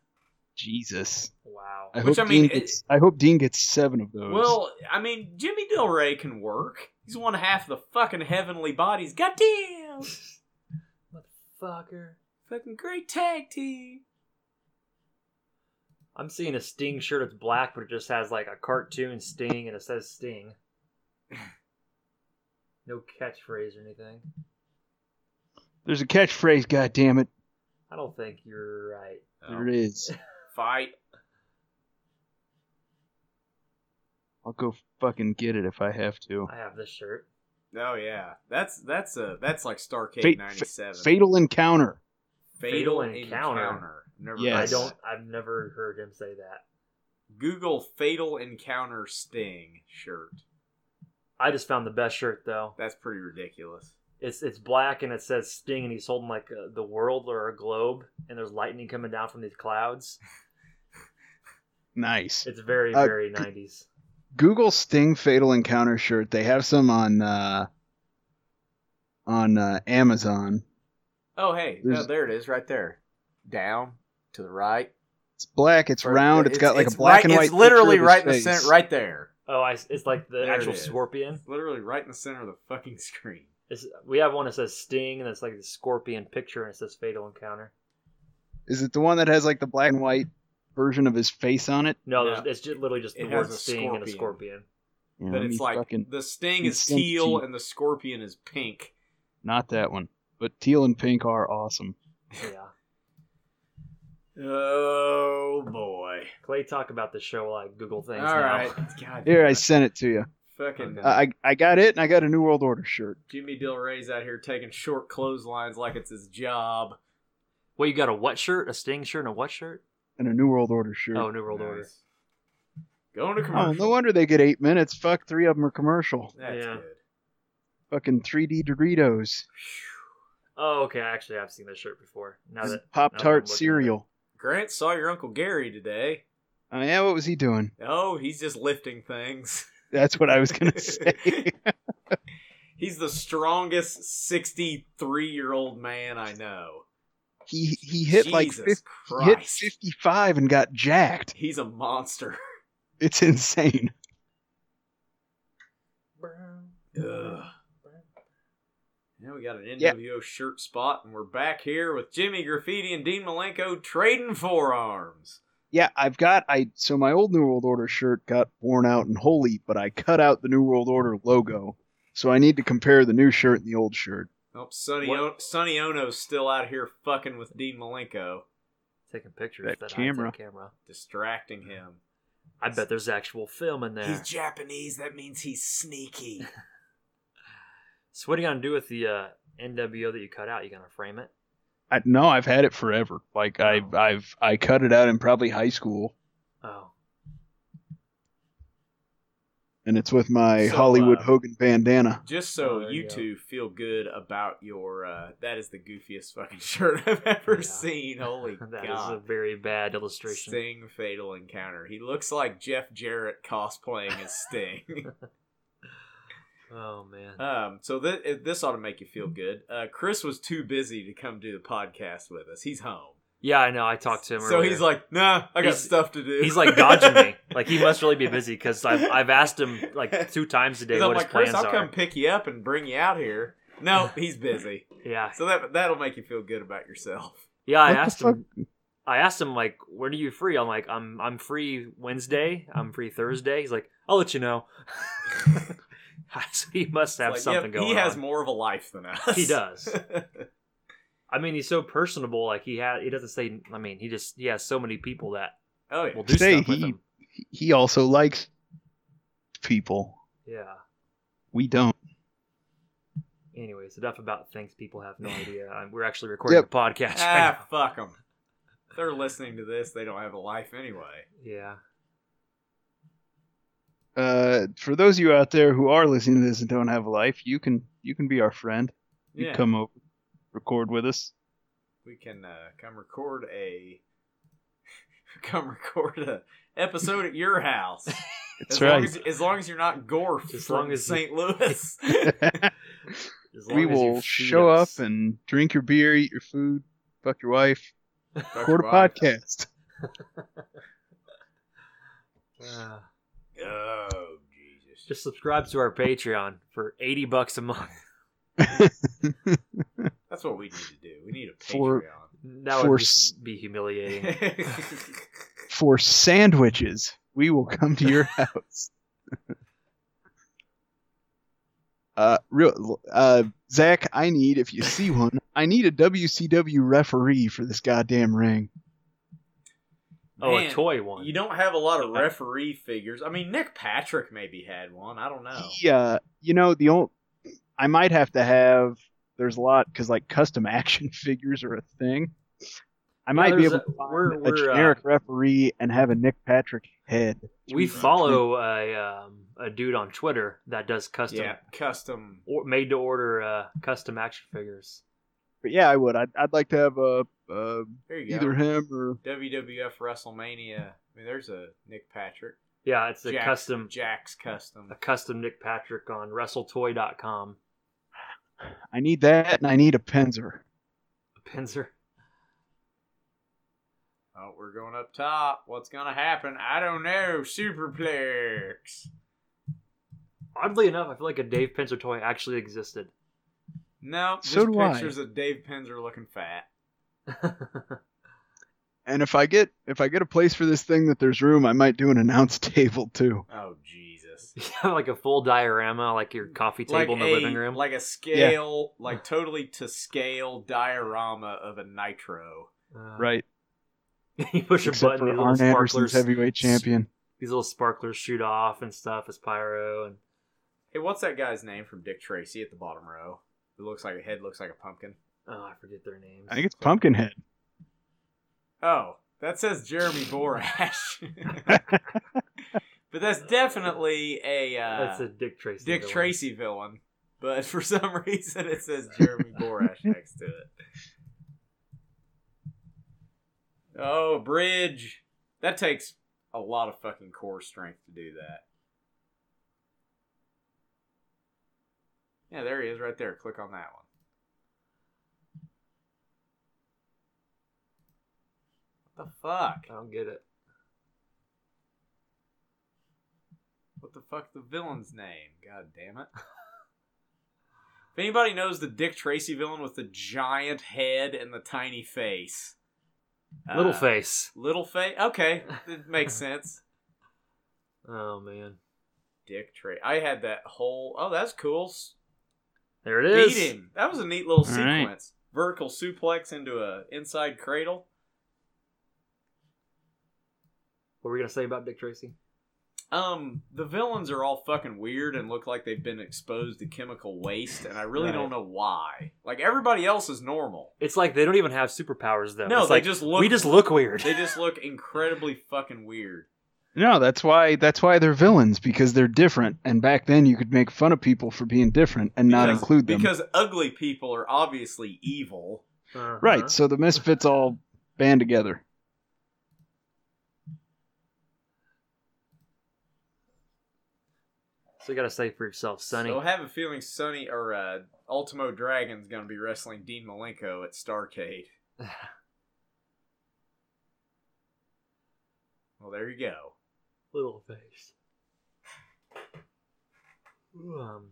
Jesus.
Wow.
I
Which,
hope
I mean,
Dean gets I hope Dean gets seven of those.
Well, I mean, Jimmy Del Rey can work. He's one half the fucking heavenly
[LAUGHS]
bodies. Goddamn!
Motherfucker.
fucking great tag team.
I'm seeing a Sting shirt that's black, but it just has like a cartoon Sting and it says Sting. No catchphrase or anything.
there's a catchphrase, god damn it.
I don't think you're right.
Oh.
There it is.
Fight.
I'll go fucking get it if I have to.
I have this shirt.
Oh yeah, that's that's a that's like
Fa-
Starcade
fa-
'97.
Fatal Encounter.
Fatal Encounter.
Never.
Yes.
I don't. I've never heard him say that.
Google Fatal Encounter Sting shirt.
I just found the best shirt though.
That's pretty ridiculous.
It's it's black and it says Sting and he's holding like uh the world or a globe and there's lightning coming down from these clouds.
Nice.
It's very
Uh,
very 90s.
Google Sting Fatal Encounter shirt. They have some on uh on uh, Amazon.
Oh hey,
There's-
no, there it is, right there. Down to the right.
It's black, it's round, it's got like a black
right-
and white.
It's literally
picture of his
right in the
face.
center, right there.
Oh, I, it's like the
There it
actual
is.
scorpion.
It's literally right in the center of the fucking screen.
It's, we have one that says Sting, and it's like the scorpion picture, and it says Fatal Encounter.
Is it the one that has like the black and white version of his face on it?
No,
No.
there's it's just literally just the
It
word
has a
Sting and a scorpion.
scorpion.
Yeah, let
But
me
it's like
fucking-
the sting
me
is
send it to
teal
you.
and the scorpion is pink.
not that one. But teal and pink are
[LAUGHS]
awesome.
Yeah.
Oh boy!
Clay, talk about the show while I Google things.
All
now.
[LAUGHS]
right, God,
Here, I
damn it.
sent it to you.
fucking
I I got it, and I got a New World Order shirt.
Jimmy Del Rey's out here taking short clotheslines like it's his job.
Wait, you got a [LAUGHS] what shirt? A Sting shirt and a what shirt?
And a New World Order shirt.
Oh, New World Order.
Nice. Going to
Oh,
commercial. [LAUGHS]
no wonder they get eight minutes. Fuck, three of them are commercial.
That's
Yeah.
good.
Fucking 3D Doritos.
Oh, okay. Actually, I've seen this shirt before. Now that
Pop
now that I'm looking
Tart
at it.
cereal.
Grant saw your Uncle Gary today.
Oh, yeah, what was he doing?
Oh, he's just lifting things. [LAUGHS]
That's what I
[LAUGHS]
was gonna say.
He's the strongest 63 year old man I know.
he he hit like 50,
Jesus
he hit
Christ.
55 and got jacked.
He's a monster. [LAUGHS]
It's insane.
Ugh. Now we got an
Yeah.
NWO shirt spot, and we're back here with Jimmy Graffiti and Dean Malenko trading forearms.
Yeah, I've got I so my old New World Order shirt got worn out and holy, but I cut out the New World Order logo. So I need to compare the new shirt and the old shirt.
Oh, Sonny,
What?
o- Sonny Ono's still out here fucking with Dean Malenko,
Taking pictures.
That
That, high-tech
camera.
camera.
distracting him.
I bet there's actual film in there.
He's Japanese. That means
[LAUGHS]
he's sneaky.
So what are you gonna do with the uh, NWO that you cut out? You gonna frame it?
I, no, I've had it forever. Like I I've I cut it out in probably high school
Oh,
and it's with my
So,
Hollywood
uh,
Hogan bandana.
Just so
Oh, there
you
you go.
two feel good about your. Uh, that is the goofiest fucking [LAUGHS] shirt I've ever
Yeah.
seen. Holy
[LAUGHS] that is
god.
a very bad illustration.
Sting Fatal Encounter. He looks like Jeff Jarrett cosplaying as Sting.
[LAUGHS] Oh man.
um, so th- this ought to make you feel good. Uh, Chris was too busy to come do the podcast with us. He's home,
yeah, I know. I talked to him.
so
earlier.
he's like, [LAUGHS] "Nah, I got
He's-
stuff to do."
he's like dodging
[LAUGHS]
me. Like he must really be busy because I've I've asked him like two times a day what
'Cause I'm
his
like, "Chris,
plans
I'll
are.
come pick you up and bring you out here." No,
[LAUGHS]
he's busy.
Yeah,
So that that'll make you feel good about yourself.
yeah. I
What the
asked him. I asked him like, "When are you free?" I'm like, "I'm I'm free Wednesday. I'm free Thursday." He's like, "I'll let you
[LAUGHS]
know." [LAUGHS] so he must have
Like, yeah,
something going.
He has
on.
more of a life than us.
He does. I mean, he's so personable. Like he had, he doesn't say. I mean, he just he has so many people that
[LAUGHS] oh yeah.
will do
Say
stuff with
he-
him.
He also likes people.
Yeah.
We don't.
Anyways, enough about things people
[LAUGHS]
have no idea. Um, We're actually recording
Yep.
a podcast. Right
ah, fuck them. They're listening to this. They don't have a life anyway.
now. Yeah.
Uh, for those of you out there who are listening to this and don't have a life, you can you can be our friend. You
Yeah,
come over, record with us.
we can uh, come record a [LAUGHS] come record a episode at your house.
[LAUGHS] That's
As long
right. [LAUGHS]
as, as long as you're not Gorf
As
from
long as you-
St.
[LAUGHS]
Louis.
As long
we
as you
will
feed
show
us.
up and drink your beer, eat your food, fuck your wife, record a
Fuck your
podcast.
Uh,
wife. Oh Jesus!
just subscribe to our Patreon for eighty bucks a month. [LAUGHS]
[LAUGHS]
That's what we need to do. We need a
For-
Patreon.
That
For
would
s-
just be [LAUGHS] humiliating.
For sandwiches, we will come
[LAUGHS]
to your house. [LAUGHS] uh, real uh, Zach, I need if
[LAUGHS]
you see one, I need a WCW referee for this goddamn ring.
oh, a
Man,
toy [LAUGHS] one.
You don't have a lot of referee figures. I mean, Nick Patrick maybe had one. I don't
Oh.
know.
He, uh, you know, the old I might have to have. There's a lot because like custom [LAUGHS] action figures are a thing. I might be
there's
able
a-
to find
we're-
a
we're, uh,
generic referee and have a Nick Patrick head.
we
[LAUGHS]
follow a um, a dude on Twitter that does custom
Yeah, custom.
or made to order uh, custom action figures.
But yeah, I would. I'd, I'd like to have a, uh
There you go.
either him or
WWF WrestleMania. I mean, there's a Nick Patrick.
Yeah, it's a
Jack's-
custom
Jack's custom.
a custom Nick Patrick on [LAUGHS] WrestleToy.com.
I need that and I need a Penzer.
A pincer.
Oh, we're going up top. What's gonna happen? I don't know. Superplex.
Oddly enough, I feel like a Dave Pincer toy actually existed. [LAUGHS]
No, just
So do I.
pictures of Dave Penzer looking fat.
And if I get if I get a place for this thing that there's room, I might do an announce [LAUGHS] table too.
Oh Jesus.
like a full diorama, like your coffee [LAUGHS] table
Like
in the
a,
living room.
like a scale, like totally to scale diorama of a nitro.
Uh,
Right.
[LAUGHS] you push a button,
Except for
these little
Arn Anderson's
sparklers,
heavyweight champion.
these little sparklers shoot off and stuff as pyro. And
Hey, what's that guy's name from Dick Tracy at the bottom row? It looks like a head looks like a pumpkin.
oh, I forget their names.
I think it's Pumpkinhead.
Oh, that says Jeremy Borash. but that's definitely a, uh,
That's a Dick Tracy.
Dick
villain.
Tracy villain. but for [LAUGHS] some reason it says Jeremy Borash next to it. Oh, bridge. That takes a lot of fucking core strength to do that. Yeah, there he is right there. Click on that one. What the fuck?
I don't get it.
What the fuck's the villain's name? God damn it. [LAUGHS] if anybody knows the Dick Tracy villain with the giant head and the tiny face.
Little
uh,
face.
Little face? Okay, it makes [LAUGHS] sense.
Oh man,
Dick Tracy. I had that whole. Oh, that's cool. S-
there it
Beat
is.
him. That was a neat little
All right.
sequence. Vertical suplex into a inside cradle.
What were we gonna say about Dick Tracy?
Um, the villains are all fucking weird and look like they've been exposed to chemical waste, and I really
Right.
don't know why. Like everybody else is normal.
It's like they don't even have superpowers though.
No,
It's
they
like,
just look-
We just look weird.
They just look incredibly fucking weird.
No, that's why that's why they're villains because they're different. And back then, you could make fun of people for being different and not
Because-
include them.
Because ugly people are obviously evil.
[LAUGHS] Uh-huh.
right. So the misfits all band together.
So you gotta say for yourself, Sonny.
So I have a feeling Sonny or uh, Ultimo Dragon's going to be wrestling Dean Malenko
[LAUGHS]
at Starcade. well, there you go.
Little face. Ooh, um,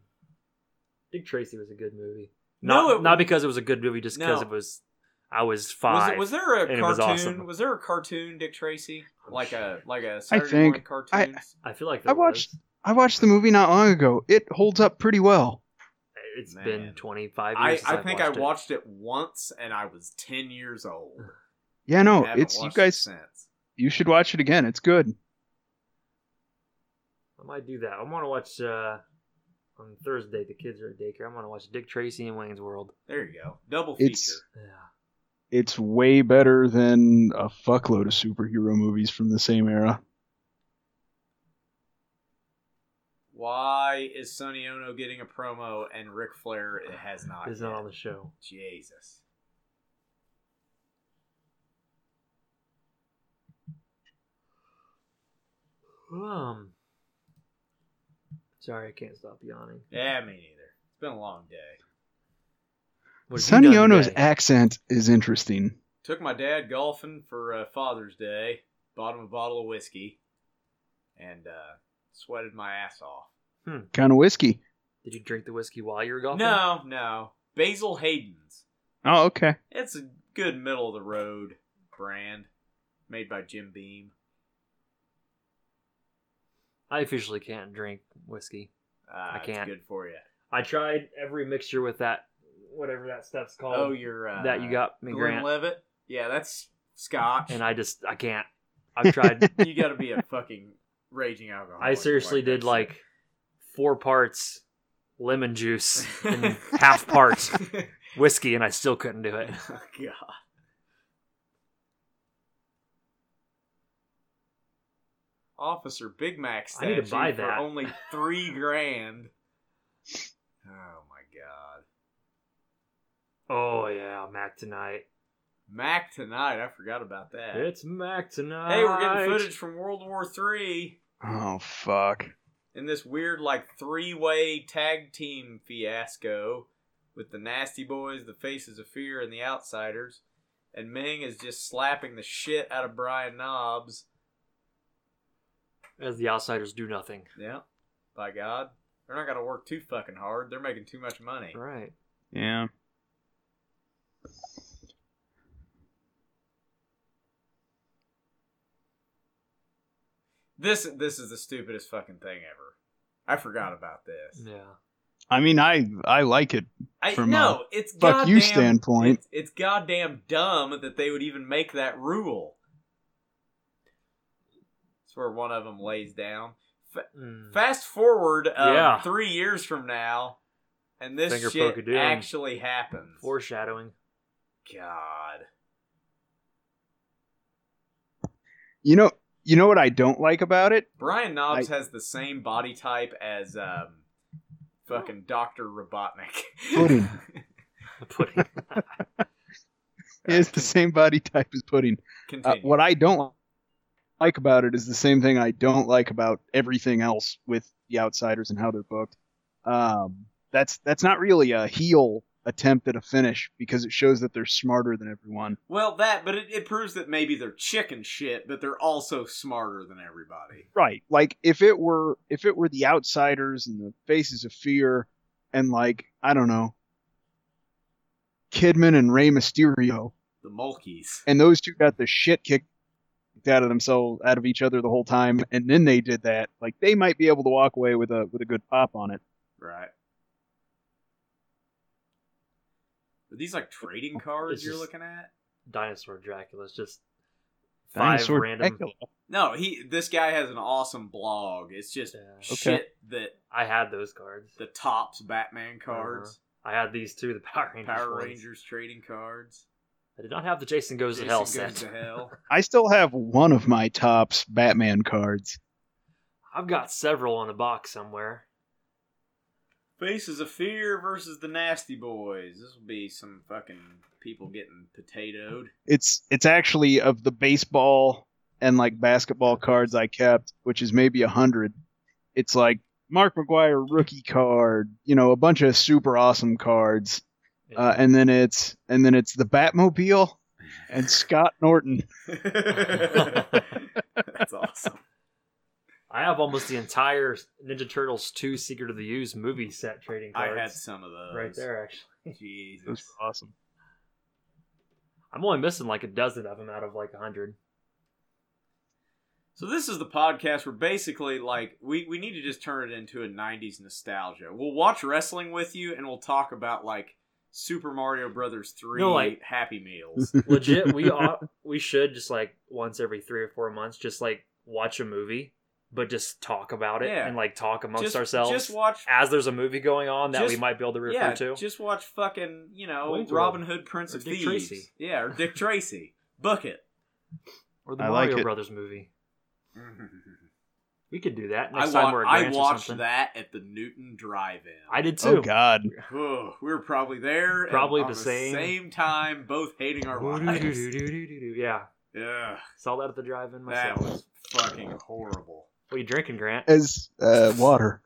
Dick Tracy was a good movie. Not,
No, it-
not because it was a good movie, just because
No.
it was. I was
Was,
five.
it- was there a
and it
cartoon?
was
Was,
awesome.
there a cartoon Dick Tracy like a like a
I
Saturday morning
think- I-
cartoons?
I feel like
I
there
watched
was.
I watched the movie not long ago. It holds up pretty well.
It's
Man.
been twenty five
I,
years.
I
since
think
I've
I
watched it.
watched it once, and I was ten years old.
Yeah, no,
Haven't
it's you
watched it
guys.
since.
You should watch it again. It's good.
I might do that. I want to watch uh, on Thursday. The kids are at daycare. I want to watch Dick Tracy and Wayne's World.
There you go, double feature.
It's-
Yeah.
It's way better than a fuckload of superhero movies from the same era.
Why is Sonny Ono getting a promo and Ric Flair it has not?
Is not
yet?
on the show.
Jesus.
Um. Sorry, I can't stop yawning.
Yeah, me neither. It's been a long day.
What have you
Sonny
done
Ono's
today?
accent is interesting.
Took my dad golfing for uh, Father's Day. Bought him a bottle of whiskey, and uh, sweated my ass off.
Kind of whiskey.
Did you drink the whiskey while you were golfing?
No, no, Basil Hayden's.
Oh, okay.
It's a good middle of the road brand, made by Jim Beam.
I officially can't drink whiskey.
Uh,
I can't.
It's good for you.
I tried every mixture with that, whatever that stuff's called,
Oh, you're uh,
that you got me, Grant.
Levitt. Yeah, that's Scotch.
and I just I can't. I've
[LAUGHS]
tried.
you got to be a fucking raging alcoholic.
I
to
seriously
that
did
shit.
like four parts lemon juice
[LAUGHS]
and half part whiskey, and I still couldn't do it.
oh, God. Officer Big Mac
I need
statue
to buy
for
that.
only
[LAUGHS]
three grand. Oh my God,
Oh yeah, Mac tonight.
Mac tonight! I forgot about that.
It's Mac tonight.
Hey, we're getting footage from World War Three
Oh fuck.
in this weird like three-way tag team fiasco with the Nasty Boys, the Faces of Fear, and the Outsiders. And Ming is just slapping the shit out of Brian Knobs.
As the outsiders do nothing.
Yeah, by God, they're not gonna work too fucking hard. They're making too much money.
Right.
Yeah.
This this is the stupidest fucking thing ever. I forgot about this.
Yeah.
I mean, I I like it.
I
From
no, it's
fuck you
goddamn,
standpoint.
It's, it's goddamn dumb that they would even make that rule. It's where one of them lays down.
Mm.
Fast forward, um,
Yeah.
three years from now, and this
Finger
shit
poke-a-doom.
actually happens.
Foreshadowing. [LAUGHS]
God,
You know, you know what I don't like about it?
Brian Knobs has the same body type as um, fucking Doctor Robotnik.
uh,
[LAUGHS]
Pudding.
pudding.
He has the same body type as Pudding. Uh,
Continue.
what I don't like about it is the same thing I don't like about everything else with the Outsiders and how they're booked. Um, that's that's not really a heel attempt at a finish because it shows that they're smarter than everyone.
well, that, but it, it proves that maybe they're chicken shit, but they're also smarter than everybody.
Right. Like if it were if it were the Outsiders and the Faces of Fear and like I don't know Kidman and Rey Mysterio
The Mulkeys.
and those two got the shit kicked out of themselves out of each other the whole time and then they did that like they might be able to walk away with a with a good pop on it
Right. Are these like trading cards
It's
you're
just-
looking at?
Dinosaur Dracula's just five
Dinosaur
random.
Dracula.
No, he. This guy has an awesome blog. It's just
Yeah. Okay.
shit that
I had those cards.
the tops Batman
Uh-huh.
cards,
I had these too, the [LAUGHS] Power Rangers.
Power
ones.
Rangers trading cards.
I did not have the Jason Goes
Jason
to Hell
goes
set.
to hell.
i still have one of my tops batman cards
I've got several in a box somewhere.
Faces of Fear versus the Nasty Boys. This will be some fucking people getting potatoed.
it's it's actually of the baseball and like basketball cards i kept which is maybe a hundred it's like mark mcguire rookie card you know a bunch of super awesome cards uh, and then it's and then it's the batmobile and scott norton
That's awesome.
I have almost the entire Ninja Turtles 2 Secret of the Use movie set trading
I
cards.
had some of those.
right there, actually.
Jesus.
awesome
I'm only missing like a dozen of them out of like a
[LAUGHS]
hundred.
So this is the podcast where basically like we, we need to just turn it into a nineties nostalgia. We'll watch wrestling with you and we'll talk about like Super Mario Brothers three
No, like-
happy meals.
Legit, we ought, we should just like once every three or four months, just like watch a movie, but just talk about it
Yeah.
and like talk [LAUGHS] amongst
just,
ourselves
Just watch
as there's a movie going on that
Just-
we might be able to refer
yeah,
to.
Just watch fucking, you know,
Wayne's
Robin
World.
Hood Prince
Or
of
Dick
Thieves.
Tracy.
Yeah, or Dick Tracy. Book it.
or the
I like
Mario
it.
Brothers movie. We could do that
I,
next
wa-
time we're at
I
Grant's or
watched
something.
that at the Newton Drive In.
I did too.
oh god
[SIGHS] Ugh, we were probably there. and
Probably
on
the same-
same time, both hating our lives.
Doo-doo-doo-doo-doo-doo. Yeah,
[LAUGHS] Yeah,
saw that at the drive-in myself.
that was fucking
[LAUGHS]
horrible.
What are you drinking, Grant?
as uh, water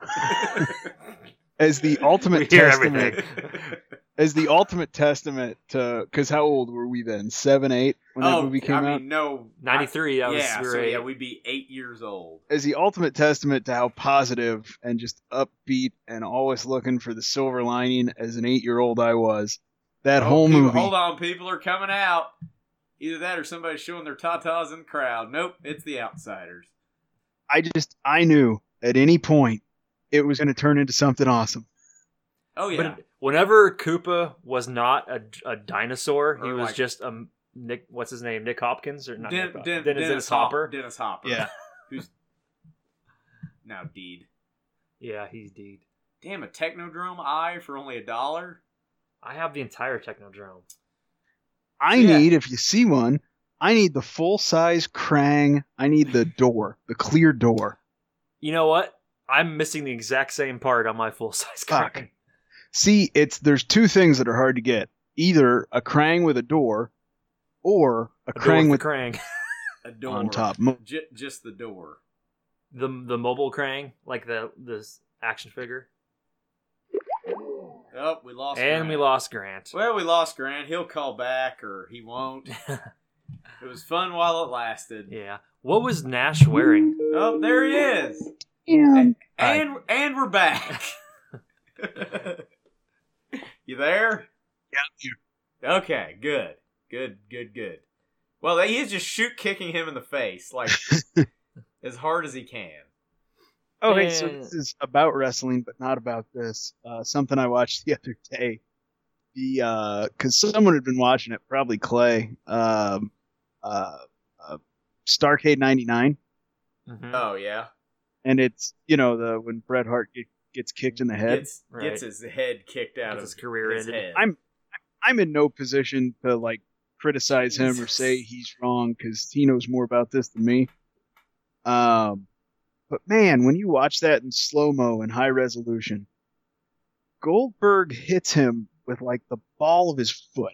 as
[LAUGHS]
the ultimate
We hear
testament
everything.
as the ultimate testament to because how old were we then seven eight when that
oh,
movie came
I
out
mean, no,
Ninety-three.
I-
That was
yeah,
we were
so
eight.
yeah, we'd be eight years old.
as the ultimate testament to how positive and just upbeat and always looking for the silver lining as an eight year old I was. That
Oh,
whole
people-
movie.
Hold on, people are coming out. Either that or somebody's showing their tatas in the crowd. Nope, it's the outsiders.
I just I knew at any point it was going to turn into something awesome.
Oh yeah,
But whenever Koopa was not a, a dinosaur, he
Or
was
like-
just um Nick. What's his name? Nick Hopkins or not?
Den-
Nick Hopkins.
Den-
Dennis, Dennis Hopper.
Hop- Dennis Hopper.
Yeah.
[LAUGHS] Who's now deed.
Yeah, he's deed.
Damn a Technodrome eye for only a dollar.
I have the entire Technodrome.
I
Yeah.
need if you see one, I need the full size Krang. I need the door, the clear door.
You know what? I'm missing the exact same part on my full size
Fuck.
card.
See, it's there's two things that are hard to get: either a Krang with a door, or a,
A
Krang
door
with
with the Krang,
A door
on top. Mo-
J- just the door.
the the mobile Krang, like the this action figure.
Oh, we lost.
and
Grant.
we lost Grant.
Well, we lost Grant. He'll call back or
[LAUGHS]
he won't. it was fun while it lasted.
Yeah. What was Nash wearing?
Oh, there he is.
Hi.
And and we're
[LAUGHS]
back. you there?
Yeah, I'm here.
Okay, good, good, good, good. Well, he is just shoot kicking him in the face,
[LAUGHS]
like as hard as he can.
Oh, hey, so
Yeah.
this is about wrestling, but not about this. Uh, something I watched [LAUGHS] the other day. The because someone had been watching it, probably Clay. Um, uh, uh, Starcade '99,
Mhm.
Oh yeah,
and it's you know the when Bret Hart get, gets kicked in the head.
gets
Right.
gets his head kicked out
Gets
of
his career
his
ended.
head.
I'm I'm in no position to like criticize him or
Jesus.
say he's wrong because he knows more about this than me. Um, but man, when you watch that in slow mo and high resolution, Goldberg hits him with like the ball of his foot.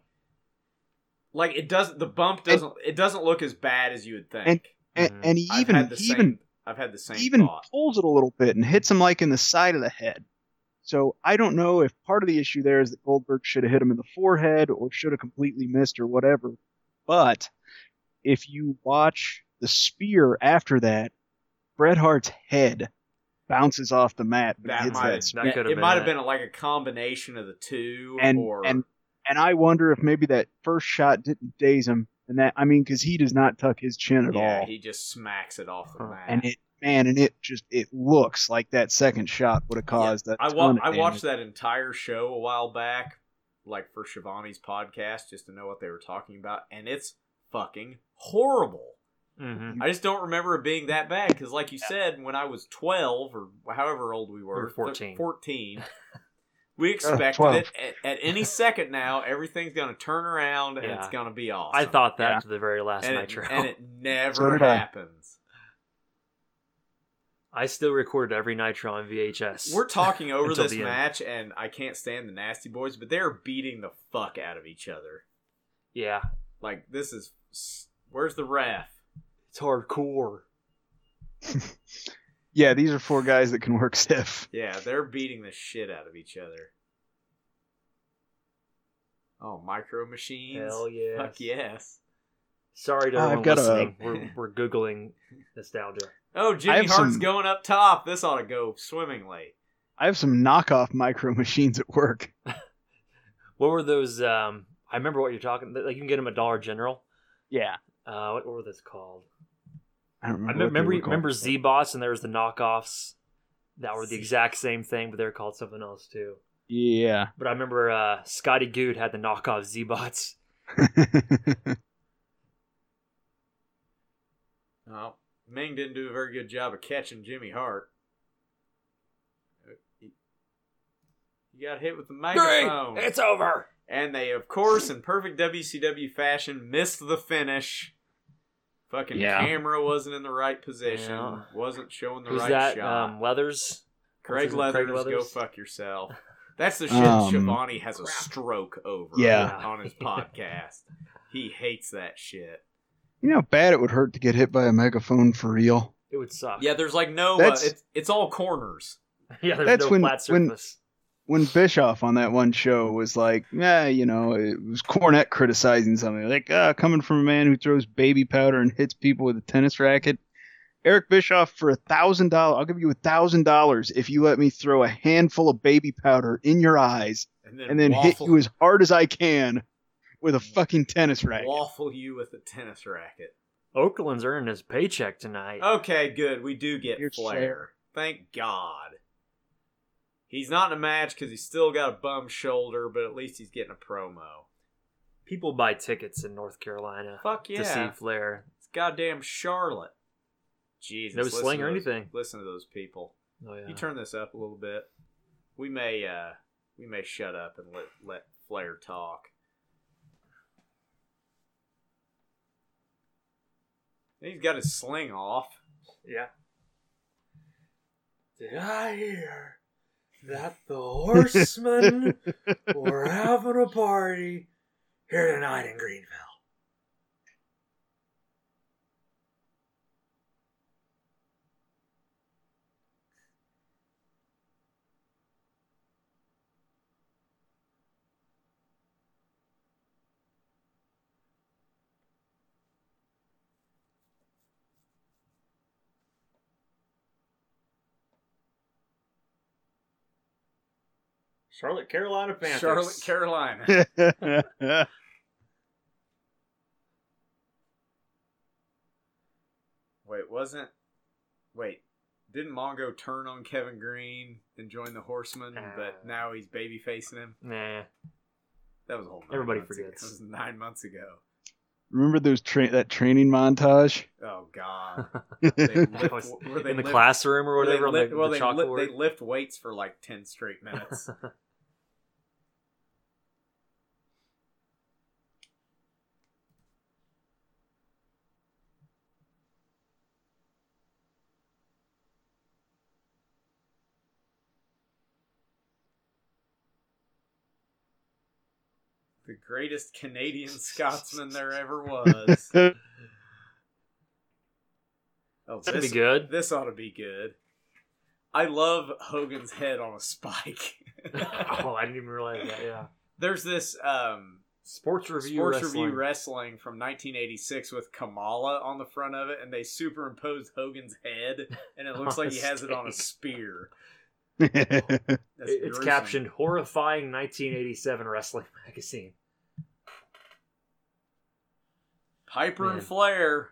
Like it doesn't. The bump doesn't. it doesn't look as bad as you would think.
And,
Mhm.
and he
Mm-hmm. I've
even
had the
he
same,
even
I've had the same
he even
thought.
pulls it a little bit and hits him like in the side of the head. So I don't know if part of the issue there is that Goldberg should have hit him in the forehead or should have completely missed or whatever. But if you watch the spear after that, Bret Hart's head bounces off the mat when
That
he hits
might
that
have,
spear.
That could've
it
been
might have
it.
been a, like a combination of the two,
And
or
and and I wonder if maybe that first shot didn't daze him. And that I mean, because he does not tuck his chin at
yeah,
all.
he just smacks it off the
Huh.
mat.
and it man, and it just it looks like that second shot would have caused that.
I, wa-
ton of
I watched
damage.
that entire show a while back, like for Shivani's podcast, just to know what they were talking about, and it's fucking horrible.
hmm
I just don't remember it being that bad because, like you said, when I was 12 or however old we were,
were 14. [LAUGHS]
thir- 14,
Oh,
we expected
12.
it at, at any second now, everything's going to turn around and it's
Yeah.
going to be awesome.
I thought that
Yeah.
to the very last
and it,
nitro.
and it never
So did I.
happens.
[LAUGHS] I still recorded every nitro on VHS.
We're talking over
Until
this
the end.
match, and I can't stand the Nasty Boys, but they're beating the fuck out of each other.
[LAUGHS] yeah,
Like, this is. s- Where's the ref?
it's hardcore.
Yeah, these are four guys that can work [LAUGHS] stiff.
Yeah, they're beating the shit out of each other. Oh, micro machines.
Hell yeah.
Fuck yes.
Sorry to
I've
everyone
got a-
listening. We're,
[LAUGHS]
we're googling nostalgia.
Oh, Jimmy
have
Hart's
some-
going up top. This ought to go swimmingly.
I have some knockoff micro [LAUGHS] machines at work.
What were those? Um, I remember what you're talking. Like you can get them at Dollar General.
Yeah,
Uh, what, what were those called?
I don't
I me-
remember. what they
remember
were called.
remember Z Boss, and there was the knockoffs that were the
Z-
exact same thing, but they were called something else too.
Yeah,
But I remember uh, Scotty Good had the knockoff Z Bots.
Oh, Ming didn't do a very good job of catching Jimmy Hart. He he got hit with the microphone.
over.
and they, of course, in perfect WCW fashion, missed the finish. Fucking
Yeah.
camera wasn't in the right position.
Yeah.
Wasn't showing the
Who's
right
that?
shot.
Um, Leathers.
Craig
what's his name, Craig
Leathers, go
Leathers?
fuck yourself. That's [LAUGHS] the shit
Um,
Shivani has a stroke over
Yeah.
on his podcast. He hates that shit.
you know how bad it would hurt to get hit by a megaphone for real.
It would suck.
Yeah, there's like no. Uh,
That's-
it's it's all corners.
[LAUGHS] yeah. There's
that's
no
when-
flat
when-
surface.
When Bischoff on that one show was like, yeah, you know, it was Cornette criticizing something like, ah, coming from a man who throws baby powder and hits people with a tennis racket. Eric Bischoff for a thousand dollars, I'll give you a thousand dollars if you let me throw a handful of baby powder in your eyes
And then,
and then hit
waffle,
you as hard as I can with a fucking tennis racket.
waffle you with a tennis racket.
Oakland's earning his paycheck tonight.
Okay, good. We do get
Here's
Flair.
Flair.
Thank God. He's not in a match because he's still got a bum shoulder, but at least he's getting a promo.
People buy tickets in North Carolina
Fuck yeah.
to see Flair.
It's goddamn Charlotte. Jesus.
No
listen
sling
to
or
those-
anything.
Listen to those people.
Oh yeah.
You turn this up a little bit. We may uh we may shut up and let let Flair talk. He's got his sling off.
Yeah. Did I hear that the horsemen were having a party here tonight in Greenville? Charlotte, Carolina Panthers.
Charlotte,
[LAUGHS]
Carolina. Wait, wasn't wait, didn't Mongo turn on Kevin Green and join the Horsemen, but
Uh.
now he's baby facing him?
Nah.
That was a whole nine
Everybody
months ago.
forgets.
That was nine months ago.
Remember those tra- that training
[LAUGHS]
montage? [LAUGHS]
Oh god.
[LAUGHS]
They
yeah,
lift,
was
were they
in the
lift-
classroom or
were they
whatever on the,
lift- well,
the
they lift-
chalkboard.
they lift weights for like ten
[LAUGHS]
straight minutes. the greatest
[LAUGHS]
Canadian Scotsman there ever was. Oh,
That'd
this-
be
[LAUGHS]
good.
This ought to be good. I love Hogan's head on a spike. [LAUGHS]
oh, I didn't even realize that. Yeah.
There's this um,
Sports review.
sports
wrestling.
review wrestling from 1986 with Kamala on the front of it, and they superimposed Hogan's head, and it looks
On
like
a
he has it on a
stake.
spear. That's
It- it's
gruesome.
captioned "Horrifying 1987 Wrestling Magazine."
Piper and
Man.
Flair.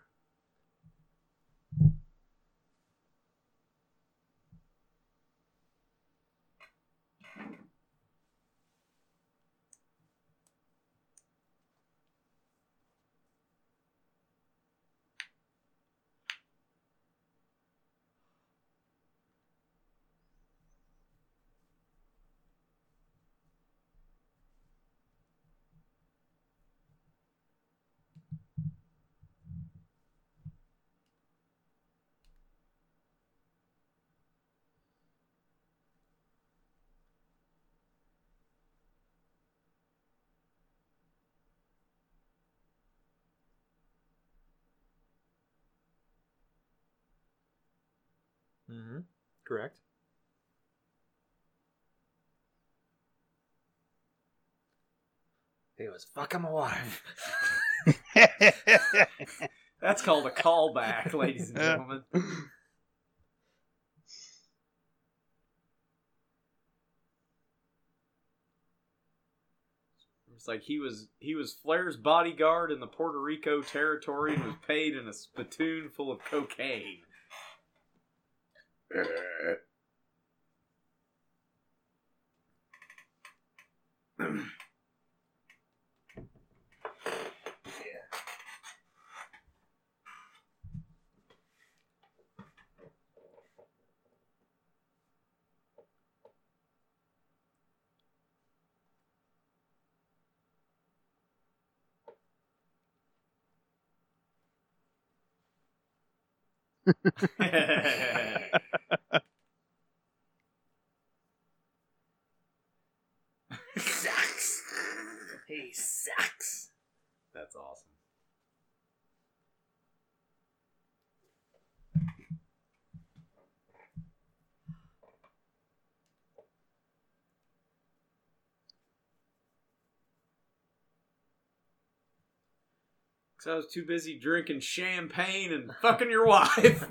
Mm-hmm. Correct. He was fuck him alive.
That's called
[LAUGHS]
a callback, ladies and gentlemen. It's like he was he was Flair's bodyguard in the Puerto Rico territory and was paid in a spittoon full of cocaine.
he sucks.
That's awesome. Cause I was too busy drinking champagne and fucking your wife.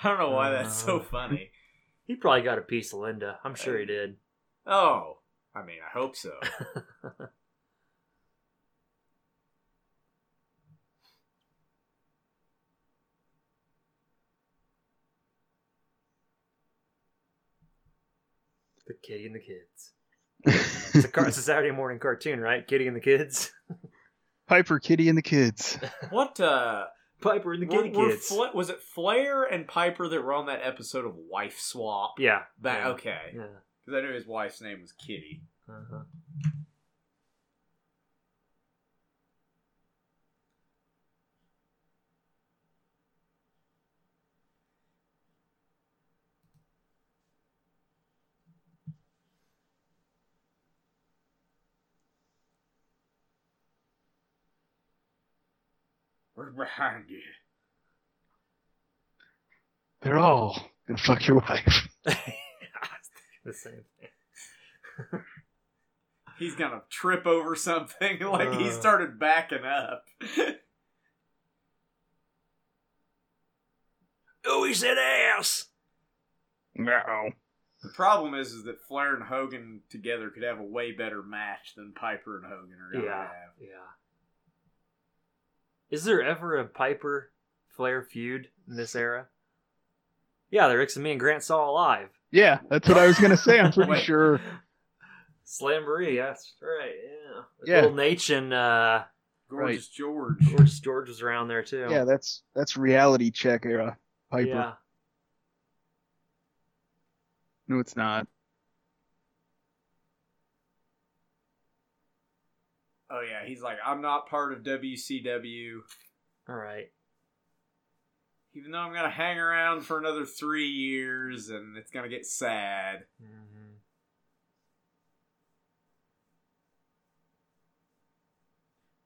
I don't know why that's so funny.
He probably got a piece of Linda. I'm sure he did.
Oh, I mean, I
[LAUGHS]
hope so.
The Kitty and the Kids. It's a, car- it's a Saturday morning cartoon, right? Kitty and the Kids. [LAUGHS]
Piper, Kitty, and the kids.
What uh
Piper and the
were,
Kitty
were
Kids.
Fla- was it Flair and Piper that were on that episode of Wife Swap?
yeah.
That
yeah.
okay.
Yeah.
Cuz I knew his wife's name was Kitty.
Uh-huh. [LAUGHS]
We're behind you.
They're all gonna fuck your wife.
the same thing.
He's going to trip over something [LAUGHS] like he
Uh.
started backing up.
Oh, he said ass.
No.
the problem is is that Flair and Hogan together could have a way better match than Piper and Hogan are going to
Yeah.
have.
Yeah. Is there ever a Piper Flair feud in this era? Yeah, they're X and me and Grant Saw
[LAUGHS]
Alive.
Yeah, that's what I was gonna say. I'm pretty
Wait.
sure.
Slamboree, that's right, yeah. With
Yeah.
Little Nate and uh
Gorgeous George.
George George was around there too.
Yeah, that's that's reality check era. Piper.
Yeah.
No, it's not.
Oh yeah, he's like I'm not part of WCW.
All right.
even though I'm gonna hang around for another three years and it's gonna get sad.
Mm-hmm.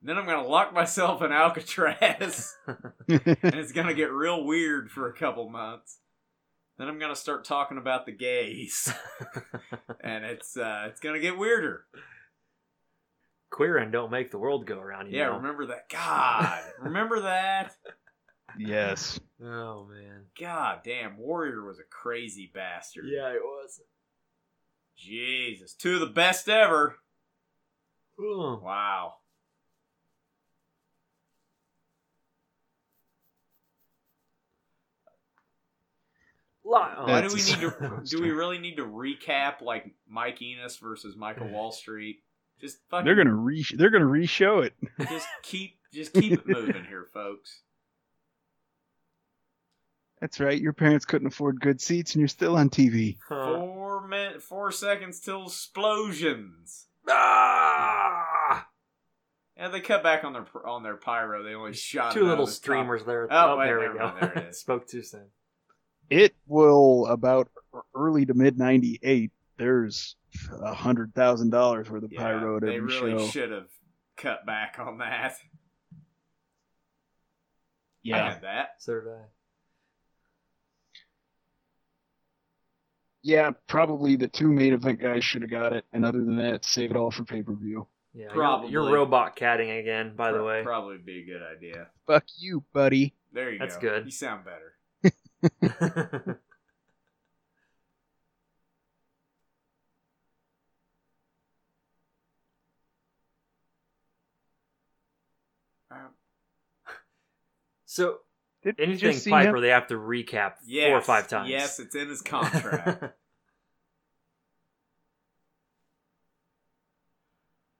Then I'm gonna lock myself in Alcatraz, and it's gonna get real weird for a couple months. Then I'm gonna start talking about the gays, and it's uh, it's gonna get weirder.
Queer and don't make the world go around. You
Yeah,
know?
remember that. God, remember that.
yes.
Oh man.
God damn, Warrior was a crazy bastard.
it was.
Jesus, two of the best ever. Wow. Why
oh,
do we
[LAUGHS]
That's [LAUGHS]
need
uh,
[LAUGHS] to?
disgusting.
Do we really need to recap like Mike Enos versus Michael Wall Street? Just fucking.
They're gonna re they're gonna re-show it.
[LAUGHS] just keep
[LAUGHS]
just keep it moving here, folks.
That's right. Your parents couldn't afford good seats, and you're still on TV.
Oh,
Huh.
Four min four seconds till explosions.
Ah!
And they cut back on their on their pyro. They only shot it
Two
out
little
of the top.
streamers there.
Oh,
Oh,
wait,
there we
never
go.
mind,
[LAUGHS]
there it is.
Spoke too soon.
It will about ear- early to mid '98. There's a hundred thousand dollars worth of
Yeah,
pyro at
they
every
really
show.
should have cut back on that. [LAUGHS] I
Yeah,
had that.
So did I.
yeah. Probably the two main event guys should have got it, and other than that, save it all for pay per view.
Yeah, you're-
Probably.
You're, robot catting again, by the
Pro-
way.
probably be a good idea.
Fuck you, buddy.
There you
That's
go.
good.
You sound better. Um,
[LAUGHS] so
Did we
anything
just see
Piper,
him?
they have to recap
yes,
four or five times.
Yes, it's in
[LAUGHS]
his contract.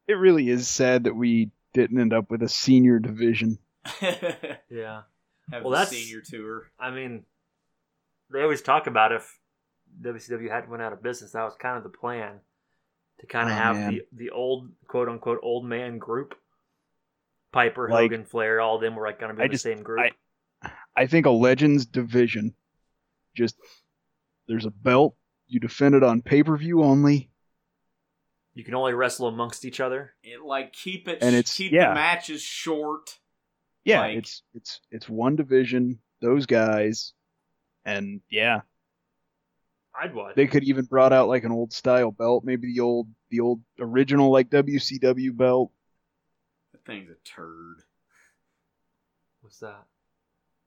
It really is sad that we didn't end up with a senior division. [LAUGHS]
Have
[LAUGHS] yeah,
well,
Well,
that's...
that's-
senior tour.
I mean, they always talk about if WCW had went out of business, that was kind of the plan to kind of
Oh,
have
man.
the the old quote unquote old man group. Piper,
Like-
Hogan, Flair, all of them were like going to be
I
in the
just-
same group.
I- I think a Legends division just there's a belt you defend it on pay per view only.
you can only wrestle amongst each other.
It like keep it
And it's-
keep
yeah.
the matches short.
Yeah,
Like-
it's it's it's one division, those guys, and yeah,
I'd watch.
they could even brought out like an old style belt, maybe the old the old original like WCW belt.
That thing's a turd.
What's that?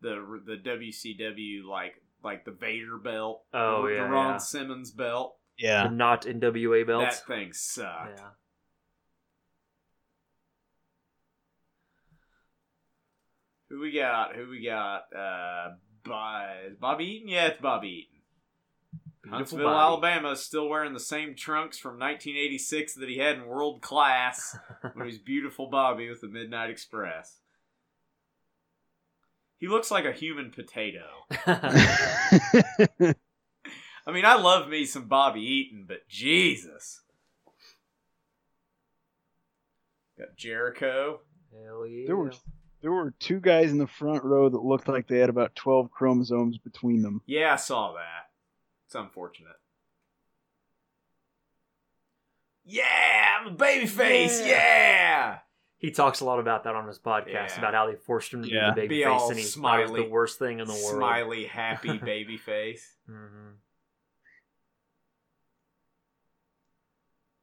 The the WCW like like the Vader belt.
Oh,
the,
yeah,
the Ron
yeah.
Simmons belt.
The
Yeah,
not NWA belt.
That thing sucked.
Yeah.
Who we got? Who we got? Uh, Bo- is Bobby Eaton? Yeah, it's Bobby Eaton.
Beautiful
Huntsville,
body.
Alabama is still wearing the same trunks from 1986 that he had in World [LAUGHS] Class when he was beautiful Bobby with the Midnight Express. He looks like a human potato. I mean, I love me some Bobby Eaton, but Jesus. Got Jericho.
[LAUGHS] Hell yeah.
[LAUGHS] There was- there were two guys in the front row that looked like they had about twelve chromosomes between them.
Yeah, I saw that. It's unfortunate. Yeah, I'm a baby face.
Yeah.
Yeah.
He talks a lot about that on his podcast
Yeah.
about how they forced him to
Yeah.
be the baby
Be
face
all
and he thought it was
smiley-
the worst thing in the world.
Smiley,
[LAUGHS]
happy baby face.
hmm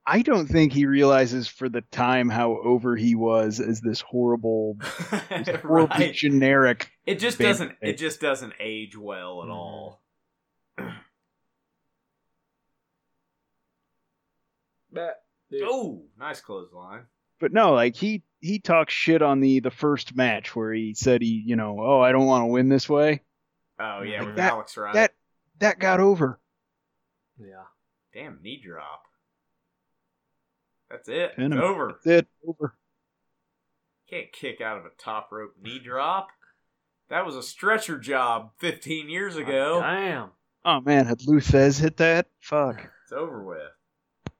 I don't think he realizes for the time how over he was as this horrible,
[LAUGHS]
this
[LAUGHS]
horribly
Right.
generic.
It just
Baby
doesn't. It
face.
just doesn't age well at
Mm-hmm.
all. Oh, nice clothesline.
But no, like he he talks shit on the the first match where he said he you know oh I don't want to win this way.
Oh yeah,
Like
with
that-
Alex right.
That that got over.
Yeah.
Damn knee drop. That's it.
Pin
It's
him.
over.
That's it over.
Can't kick out of a top rope knee drop. That was a stretcher job 15 years ago.
Damn.
Oh man, had Luthez hit that? Fuck.
It's over with.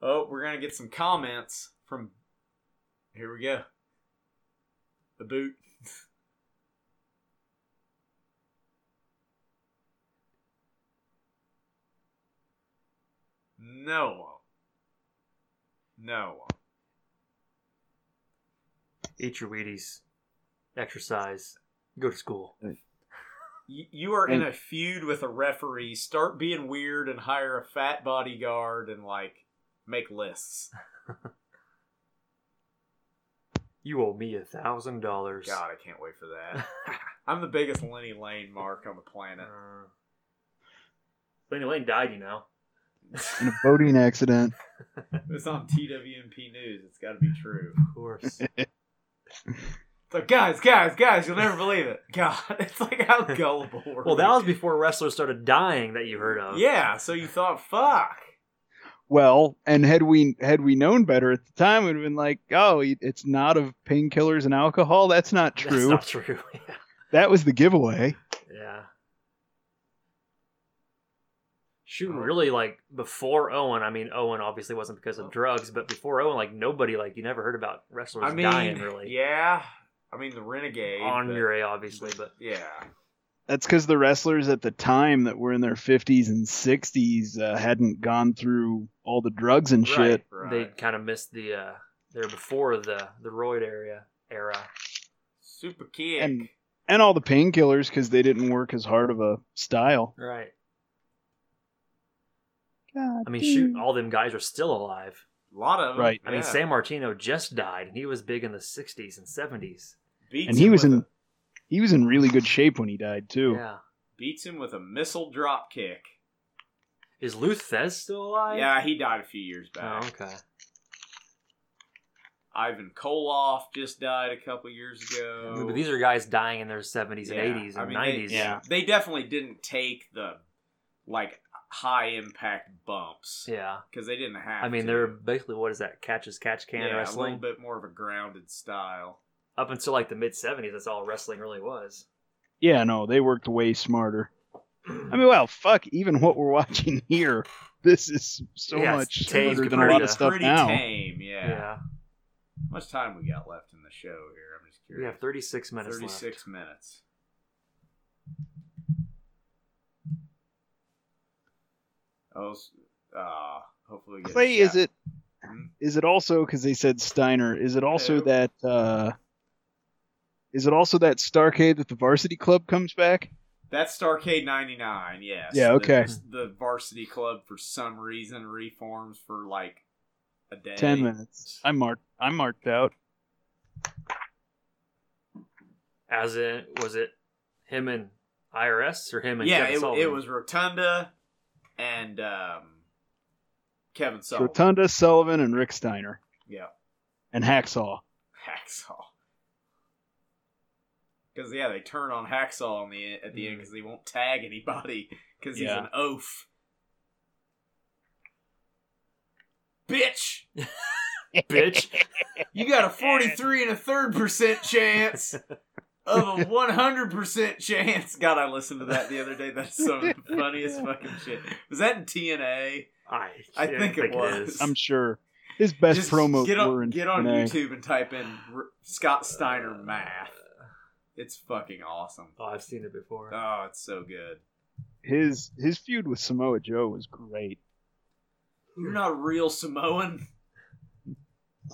Oh, we're gonna get some comments from. Here we go. The boot. [LAUGHS] No. No.
Eat your Wheaties. Exercise. Go to school.
You, you are in a feud with a referee. Start being weird and hire a fat bodyguard and like make lists.
You owe me a thousand dollars.
God, I can't wait for
[LAUGHS]
that. I'm the biggest Lenny Lane mark on the planet.
Uh, Lenny Lane died, you know.
in a boating accident.
It's on TWMP News. It's got to be true.
Of [LAUGHS] course.
It's like, guys, guys, guys, you'll never believe it. [LAUGHS] God, it's like
[LAUGHS]
how gullible we're.
well, that was before wrestlers started dying that you heard of.
Yeah, so you thought, fuck.
Well, and had we had we known better at the time, we'd have been like, "Oh, it's not of painkillers and alcohol. That's not
[LAUGHS] That's
true.
not true. [LAUGHS] yeah.
that was the giveaway."
Yeah.
Oh.
Shoot, really, like before Owen. I mean, Owen obviously wasn't because
Oh.
of drugs, but before Owen, like nobody, like you never heard about wrestlers
I mean,
dying really.
yeah. I mean, the
[LAUGHS]
Renegade. but-
Andre, obviously, but
Yeah.
That's because the wrestlers at the time that were in their fifties and sixties uh, hadn't gone through all the drugs and shit.
Right.
they kind of missed the uh they're before the the roid area era.
Super kick.
And- and all the painkillers because they didn't work as hard of a style.
Right.
God
I mean, shoot, all them guys are still alive.
a lot of 'em,
Right.
I mean,
yeah.
San Martino just died, and he was big in the '60s and '70s.
beats
and he
him
was
with
in
a,
he was in really good shape when he died too.
Yeah.
beats him with a missile drop kick.
Is Luthez still alive?
Yeah, he died a few years
Oh,
back.
okay.
Ivan Koloff just died a couple years ago.
But these are guys dying in their 70s
Yeah,
and 80s and
I mean,
90s.
They, they definitely didn't take the like high impact bumps
Yeah.
because they didn't have.
I mean,
to.
they're basically what is that? Catch as catch can
yeah, a
wrestling.
little bit more of a grounded style.
Up until like the mid '70s, that's all wrestling really was.
Yeah, no, they worked way smarter. I mean, well, fuck, even what we're [LAUGHS] watching here, this is so
Yeah,
much
it's tame
smarter than a
compared
lot
to-
of stuff
Pretty
now.
tame,
Yeah.
yeah. How much time we got left in the show here? I'm just
We
curious.
have 36 minutes left.
36 minutes. Oh, s- uh, hopefully we get a
Clay, is
shot.
it
Mm-hmm.
is it also because they said Steiner? Is it also
Hello.
that uh, is it also that Starcade that the Varsity Club comes back?
That's Starcade 99, yes.
Yeah,
The-
okay.
The, varsity club, for some reason, reforms for like a day.
Ten minutes. I'm marked. I'm marked out.
As in, was it him and IRS or him and
Yeah,
Kevin
it,
Sullivan?
it was Rotunda and um, Kevin Sullivan.
Rotunda, Sullivan, and Rick Steiner,
Yeah,
and Hacksaw.
Hacksaw. Because, yeah, they turn on Hacksaw on the, at the end because he won't tag anybody because he's
Mm. Yeah.
an oaf. Bitch!
[LAUGHS] bitch.
[LAUGHS]
You got a 43 and a third percent chance of
[LAUGHS]
a 100% chance. God, I listened to that the other day. That's
[LAUGHS]
some of the funniest fucking shit. Was that in TNA?
I,
I
don't
think it was.
is.
I'm sure his best
Just
promo
get
were in
on, get on
TNA.
YouTube and type in R- Scott Steiner math. It's fucking awesome.
Uh, Oh, I've seen it before.
[LAUGHS] Oh, it's so good.
His his feud with Samoa Joe was great.
You're not a real Samoan. [LAUGHS]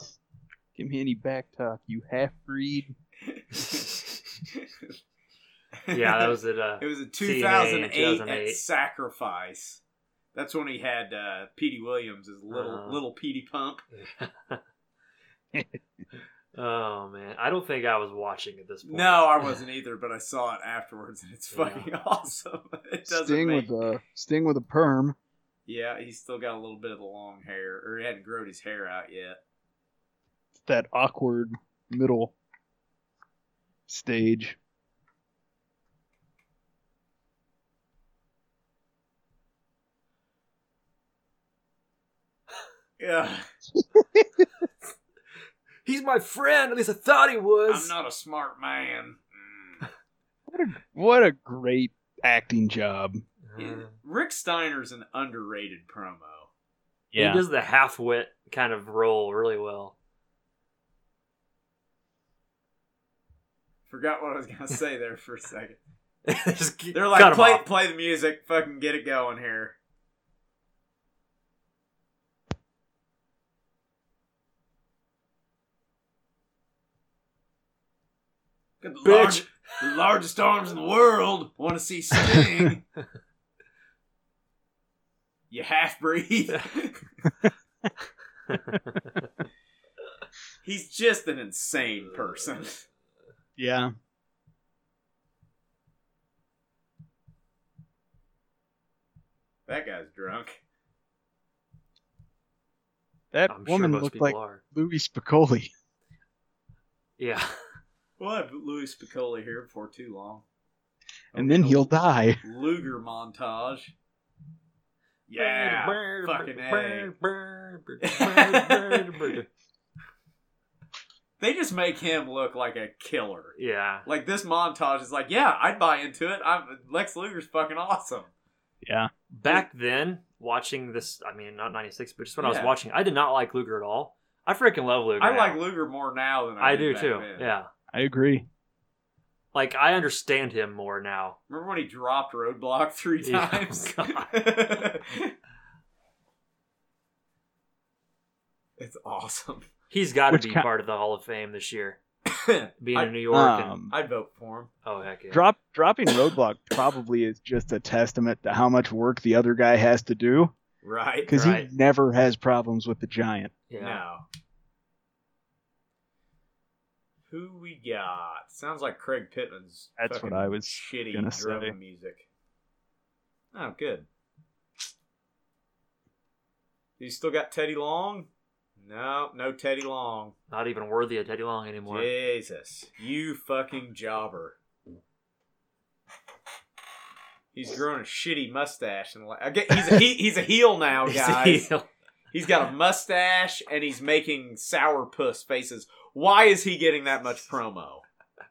Give me any back talk, you half breed.
yeah, that was it. Uh,
It was in
TNA in
2008,
2008.
at Sacrifice. That's when he had uh, Petey Williams as little
Uh-huh.
little Petey Pump.
oh man, I don't think I was watching at this point.
No, I
[LAUGHS]
wasn't either, but I saw it afterwards, and it's fucking [LAUGHS] awesome. It doesn't
Sting
make...
with a sting with a perm.
Yeah, he's still got a little bit of the long hair, or he hadn't grown his hair out yet.
That awkward middle stage.
Yeah, [LAUGHS]
He's my friend. At least I thought he was.
I'm not a smart man. Mm.
What a great acting job.
Uh,
Rick Steiner's an underrated promo.
He does the half wit kind of role really well. [LAUGHS]
Forgot what I was gonna
[LAUGHS]
say there for a second.
Just
They're
cut
like,
him
play,
off. [LAUGHS]
play the music, fucking get it going here. Got the
Bitch.
large- the largest arms in the world. Want to see
[LAUGHS]
Sting? you half
[LAUGHS]
breed. He's just an insane person.
Yeah.
That guy's drunk.
That
I'm
woman
sure most
looked
people
like
are.
Louis Spicoli.
Yeah.
We'll have Louis Piccoli here before too long.
And then he'll die.
Luger montage. Yeah, fucking A. They just make him look like a killer.
[LAUGHS] yeah.
Like this montage is like, yeah, I'd buy into it. I'm Lex Luger's fucking awesome.
Yeah.
Back then, watching this, I mean, not 96, but just when I was
Yeah.
watching, I did not like Luger at all. I freaking love Luger.
I
now.
like Luger more now than I,
I
did
do
back
too.
then.
Yeah.
I agree.
Like, I understand him more now.
Remember when he dropped Roadblock three
[LAUGHS] Yeah, oh
times? [LAUGHS]
[LAUGHS]
it's awesome.
He's got to
Which
be
ki-
part of the Hall of Fame this
[COUGHS]
year. Being
I-
in New York.
Um,
and,
I'd vote for him.
oh, heck yeah.
Drop dropping roadblock probably is just a testament to how much work the other guy has to do
Right.
because
Right.
he never has problems with the giant.
yeah.
Now. Who we got? Sounds like Craig Pittman's
That's
fucking
what I was
shitty
gonna
drum
say.
music. Oh, good. You still got Teddy Long? No, no Teddy Long.
Not even worthy of Teddy Long anymore.
Jesus. You fucking jobber. He's growing a shitty mustache and like I get, he's a he, he's a heel now, guys. He's got a mustache and he's making sourpuss faces. Why is he getting that much promo?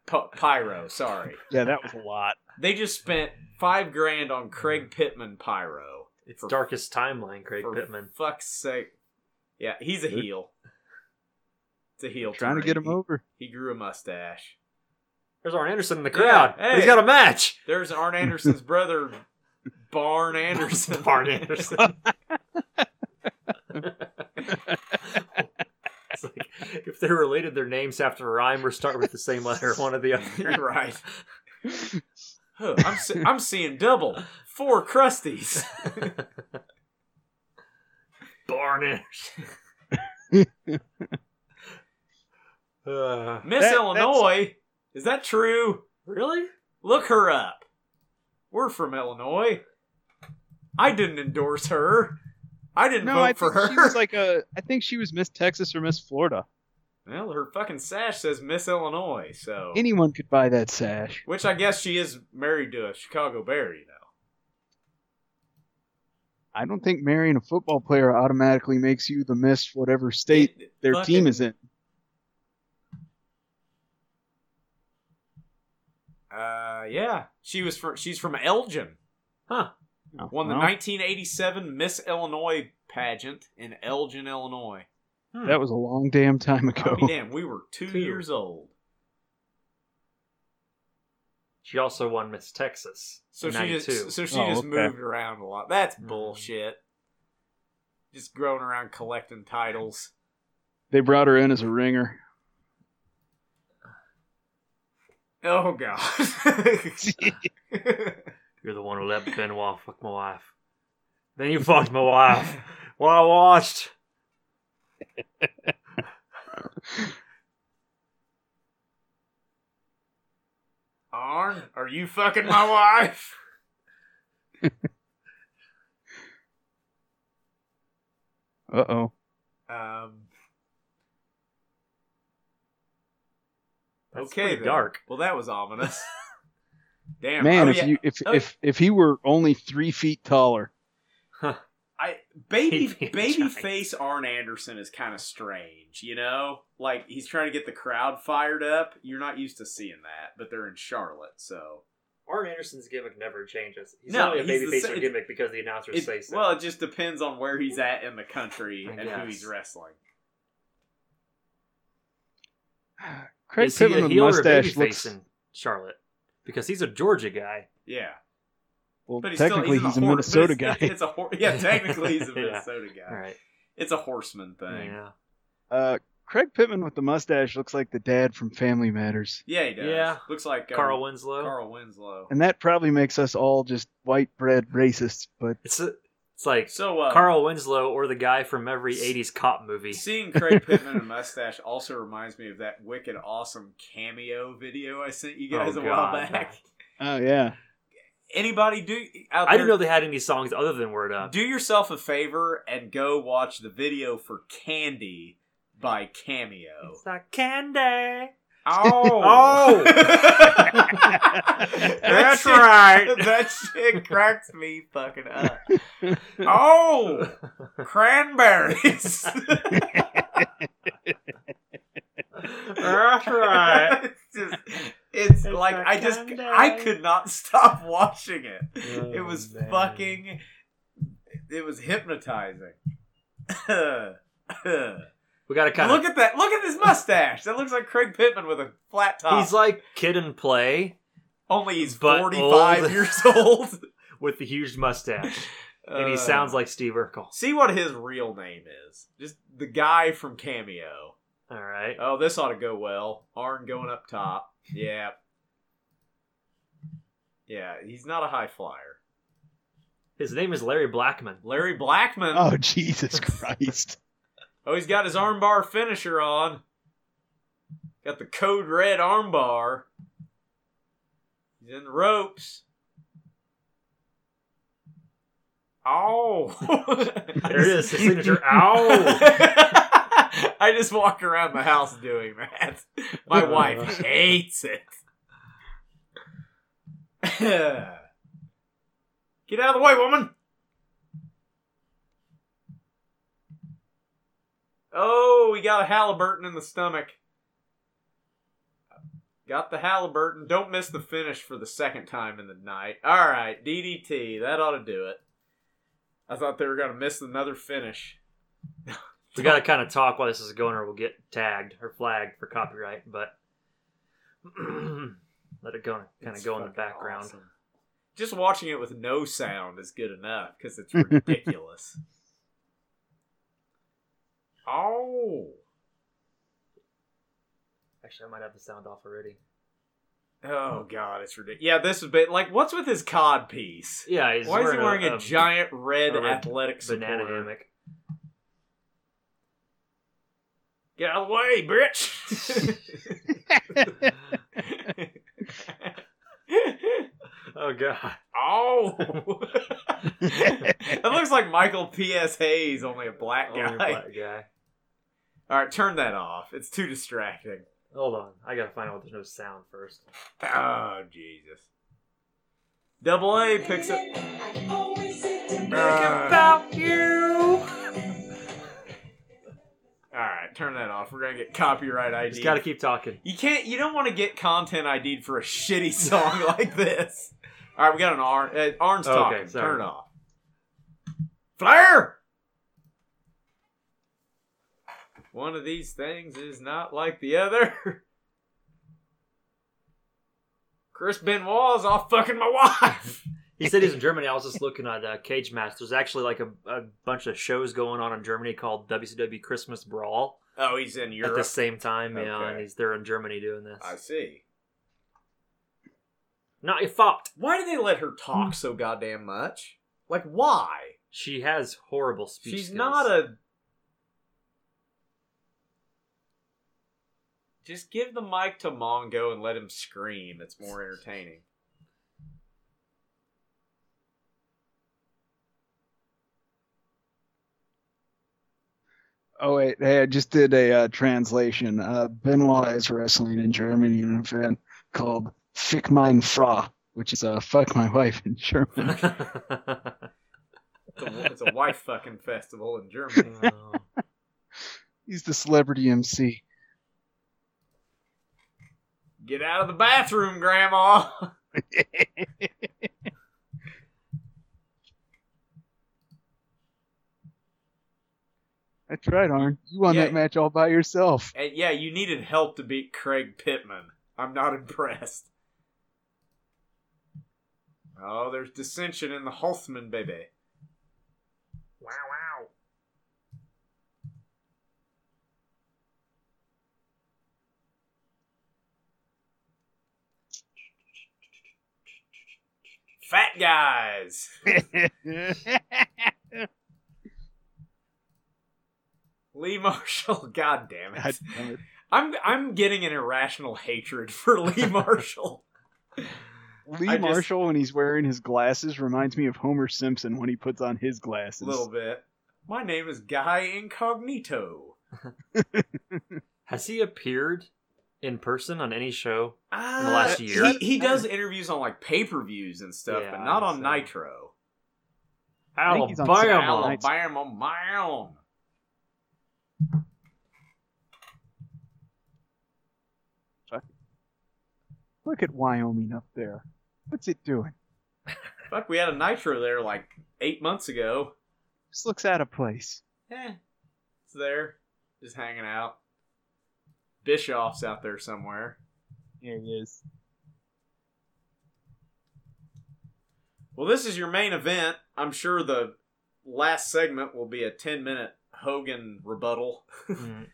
P- pyro, sorry.
Yeah, that was a lot.
They just spent five grand on Craig Pittman Pyro.
It's
For-
darkest timeline, Craig
For
Pittman.
fuck's sake. Yeah, he's a
Dude.
heel. It's a heel.
Trying to get
turn.
him over.
He grew a mustache.
There's Arn Anderson in the
Yeah,
crowd.
hey.
He's got a
[LAUGHS]
match.
There's
[LAUGHS]
Arn Anderson's brother, Barn Anderson.
Arn
[LAUGHS]
Anderson. it's like if they're related, their names have to rhyme or start with the same letter, one or the
[LAUGHS]
other.
right. Huh, I'm, se- I'm seeing double.
[LAUGHS]
Four crusties.
Barn Anderson. Uh,
Miss
That-
Illinois? Is that true?
really?
Look her up. We're from Illinois. I didn't endorse her. I didn't
No,
vote
I
for
think
her.
she was like a. I think she was Miss Texas or Miss Florida.
[LAUGHS] well, her fucking sash says Miss Illinois, so
Anyone could buy that sash.
which I guess she is married to a Chicago Bear, you know.
I don't think marrying a football player automatically makes you the Miss whatever state their team is in.
Uh, yeah, she was from. She's from Elgin.
Huh.
Won the
Well,
1987 Miss Illinois pageant in Elgin, Illinois.
That was a long damn time
hmm. I
ago.
mean, damn, we were two,
Two.
years old.
She also won Miss Texas.
So
in
she
92.
just so she
Oh,
just
okay.
moved around a lot. That's
Mm.
bullshit. Just growing around collecting titles.
[LAUGHS] They brought her in as a
[LAUGHS]
ringer.
Oh god.
You're the one who let Benoit fuck my wife. Then you fucked my
[LAUGHS]
wife. Well, I watched.
Arn, are you fucking my wife?
Uh oh.
Um,
That's
okay,
pretty
then.
dark.
Well, that was ominous. Damn,
Man,
oh,
if
yeah.
you if
Oh.
if if he were only three feet taller,
I baby
Baby
baby
giant.
face Arn Anderson is kind of strange, you know? Like he's trying to get the crowd fired up. You're not used to seeing that, but they're in Charlotte, so
Arn Anderson's gimmick never changes. He's
No,
only a
he's the
babyface
sa-
or gimmick because the announcers
It-
say so.
well, it just depends on where he's at in the country
I
and who
guess.
he's wrestling.
Craig
is he
Pittman
a
with
heel or a
mustache
babyface
looks.
in Charlotte? Because he's a Georgia guy.
Yeah,
Well,
but he's
technically
still, he's,
he's a
in hor- [LAUGHS]
Minnesota
but it's,
guy.
It's a hor- yeah, technically he's a
[LAUGHS] Yeah.
Minnesota guy.
All right.
It's a horseman thing.
Yeah.
Uh, Craig Pittman with the mustache looks like the dad from Family Matters.
Yeah, he does.
Yeah.
Looks like uh,
Carl Winslow.
Carl Winslow.
And that probably makes us all just white bread racists, but
It's a, it's like
So uh,
Carl Winslow or the guy from every '80s cop movie.
Seeing Craig Pittman in a mustache also reminds me of that wicked awesome cameo video I sent you guys
Oh,
a while
God.
back.
oh yeah.
Anybody do out
I didn't
there-
know they had any songs other than "Word Up."
Do yourself a favor and go watch the video for Candy by Cameo.
It's not
[LAUGHS]
candy.
Oh,
[LAUGHS] Oh.
that's right. [LAUGHS] that shit cracks me fucking up. Oh, cranberries. [LAUGHS]
That's right.
[LAUGHS] It's, just, it's
Uh, It's
like
a
I just
candy.
I could not stop [LAUGHS] watching it. it
Oh,
was
man.
fucking. It was hypnotizing. [LAUGHS] look
We got to kind of.
at that! Look at his mustache. That looks like Craig Pittman with a flat top.
He's like Kid and Play
Only he's
But [LAUGHS]
forty-five
old.
years old,
with the huge mustache, and he
Uh,
sounds like Steve Urkel.
See what his real name is. Just the guy from Cameo.
All right.
Oh, this ought to go well. Arn going up top. Yeah. Yeah, he's not a high flyer.
His name is Larry Blackman.
Larry Blackman. Oh,
Oh [LAUGHS] Jesus Christ.
he's got his armbar finisher on. Got the code red armbar. He's in the ropes. Oh. [LAUGHS]
There it is. His signature. Ow.
I just walk around the house doing that. My wife hates it. [LAUGHS] Get out of the way, woman! Oh, we got a Halliburton in the stomach. Got the Halliburton. Don't miss the finish for the second time in the night. All right, DDT. That ought to do it. I thought they were going to miss another finish.
We got to kind of talk while this is going, or we'll get tagged or flagged for copyright. But [CLEARS THROAT] let it go, kind
It's
of go in the
fucking
background.
awesome. Just watching it with no sound is good enough because
[LAUGHS]
it's ridiculous. oh,
Actually, I might have the sound off already.
oh god, it's ridiculous. Yeah, this is bit like what's with his cod piece?
Yeah, he's
Why is he wearing a, giant red
a red
athletic
banana
supporter?
hammock?
Get out of the way, bitch!
Oh god.
[LAUGHS] oh, [LAUGHS] that looks like Michael P. S. Hayes, only a black [LAUGHS] guy.
[LAUGHS] Only a black guy.
All right, turn that off. It's too distracting.
Hold on, I gotta find out there's no sound first.
Oh, Jesus. Double A picks up. Uh,
about you.
All right, turn that off. We're gonna get copyright ID.
Just gotta keep talking.
You can't. You don't want to get content ID'd for a shitty [LAUGHS] song like this. All right, we got an Arn. Uh, Arn's
Okay,
talking.
sorry.
Turn it off. Flair. One of these things is not like the other. [LAUGHS] Chris Benoit's off fucking my wife. [LAUGHS]
He said he's in Germany. I was just looking at uh, Cage Match. There's actually like a, a bunch of shows going on in Germany called WCW Christmas Brawl
Oh, he's in Europe.
at the same time. Yeah, and
Okay.
he's there in Germany doing this.
I see.
Not your fault.
Why do they let her talk so goddamn much? Like, why?
She has horrible speech.
She's
skills.
not a. Just give the mic to Mongo and let him scream. It's more entertaining.
Oh wait, hey, I just did a uh, translation. Uh, Benoit is wrestling in Germany in an event called Fick mein Frau, which is uh, fuck my wife in German.
It's a, it's a wife fucking festival in Germany.
He's the celebrity MC.
Get out of the bathroom, Grandma! [LAUGHS]
That's right, Arn. You won
Yeah.
that match all by
[LAUGHS]
yourself.
And yeah, you needed help to beat Craig Pittman. I'm not [LAUGHS] impressed. Oh, there's dissension in the Hulsman, baby.
wow, wow.
Fat guys. Lee Marshall. [LAUGHS] God damn it.
God damn it.
I'm I'm getting an irrational hatred [LAUGHS] for Lee Marshall.
Lee
I just-
Marshall, when he's wearing his glasses, reminds me of Homer Simpson when he puts on his
a
glasses.
little bit. My name is Guy Incognito.
[LAUGHS] Has he appeared in person on any show?
Ah,
the last year?
he, he does interviews on like pay per views and stuff,
Yeah,
but not on
so-
Nitro.
think he's on
Alabama.
Saturday Night.
Alabama, mom.
Look at Wyoming up there. What's it doing?
Fuck, we had a Nitro there like eight months ago.
This looks out of place.
Eh, it's there, just hanging out. Bischoff's out there somewhere.
It is.
Well, this is your main event. I'm sure the last segment will be a 10 minute Hogan rebuttal.
Mm.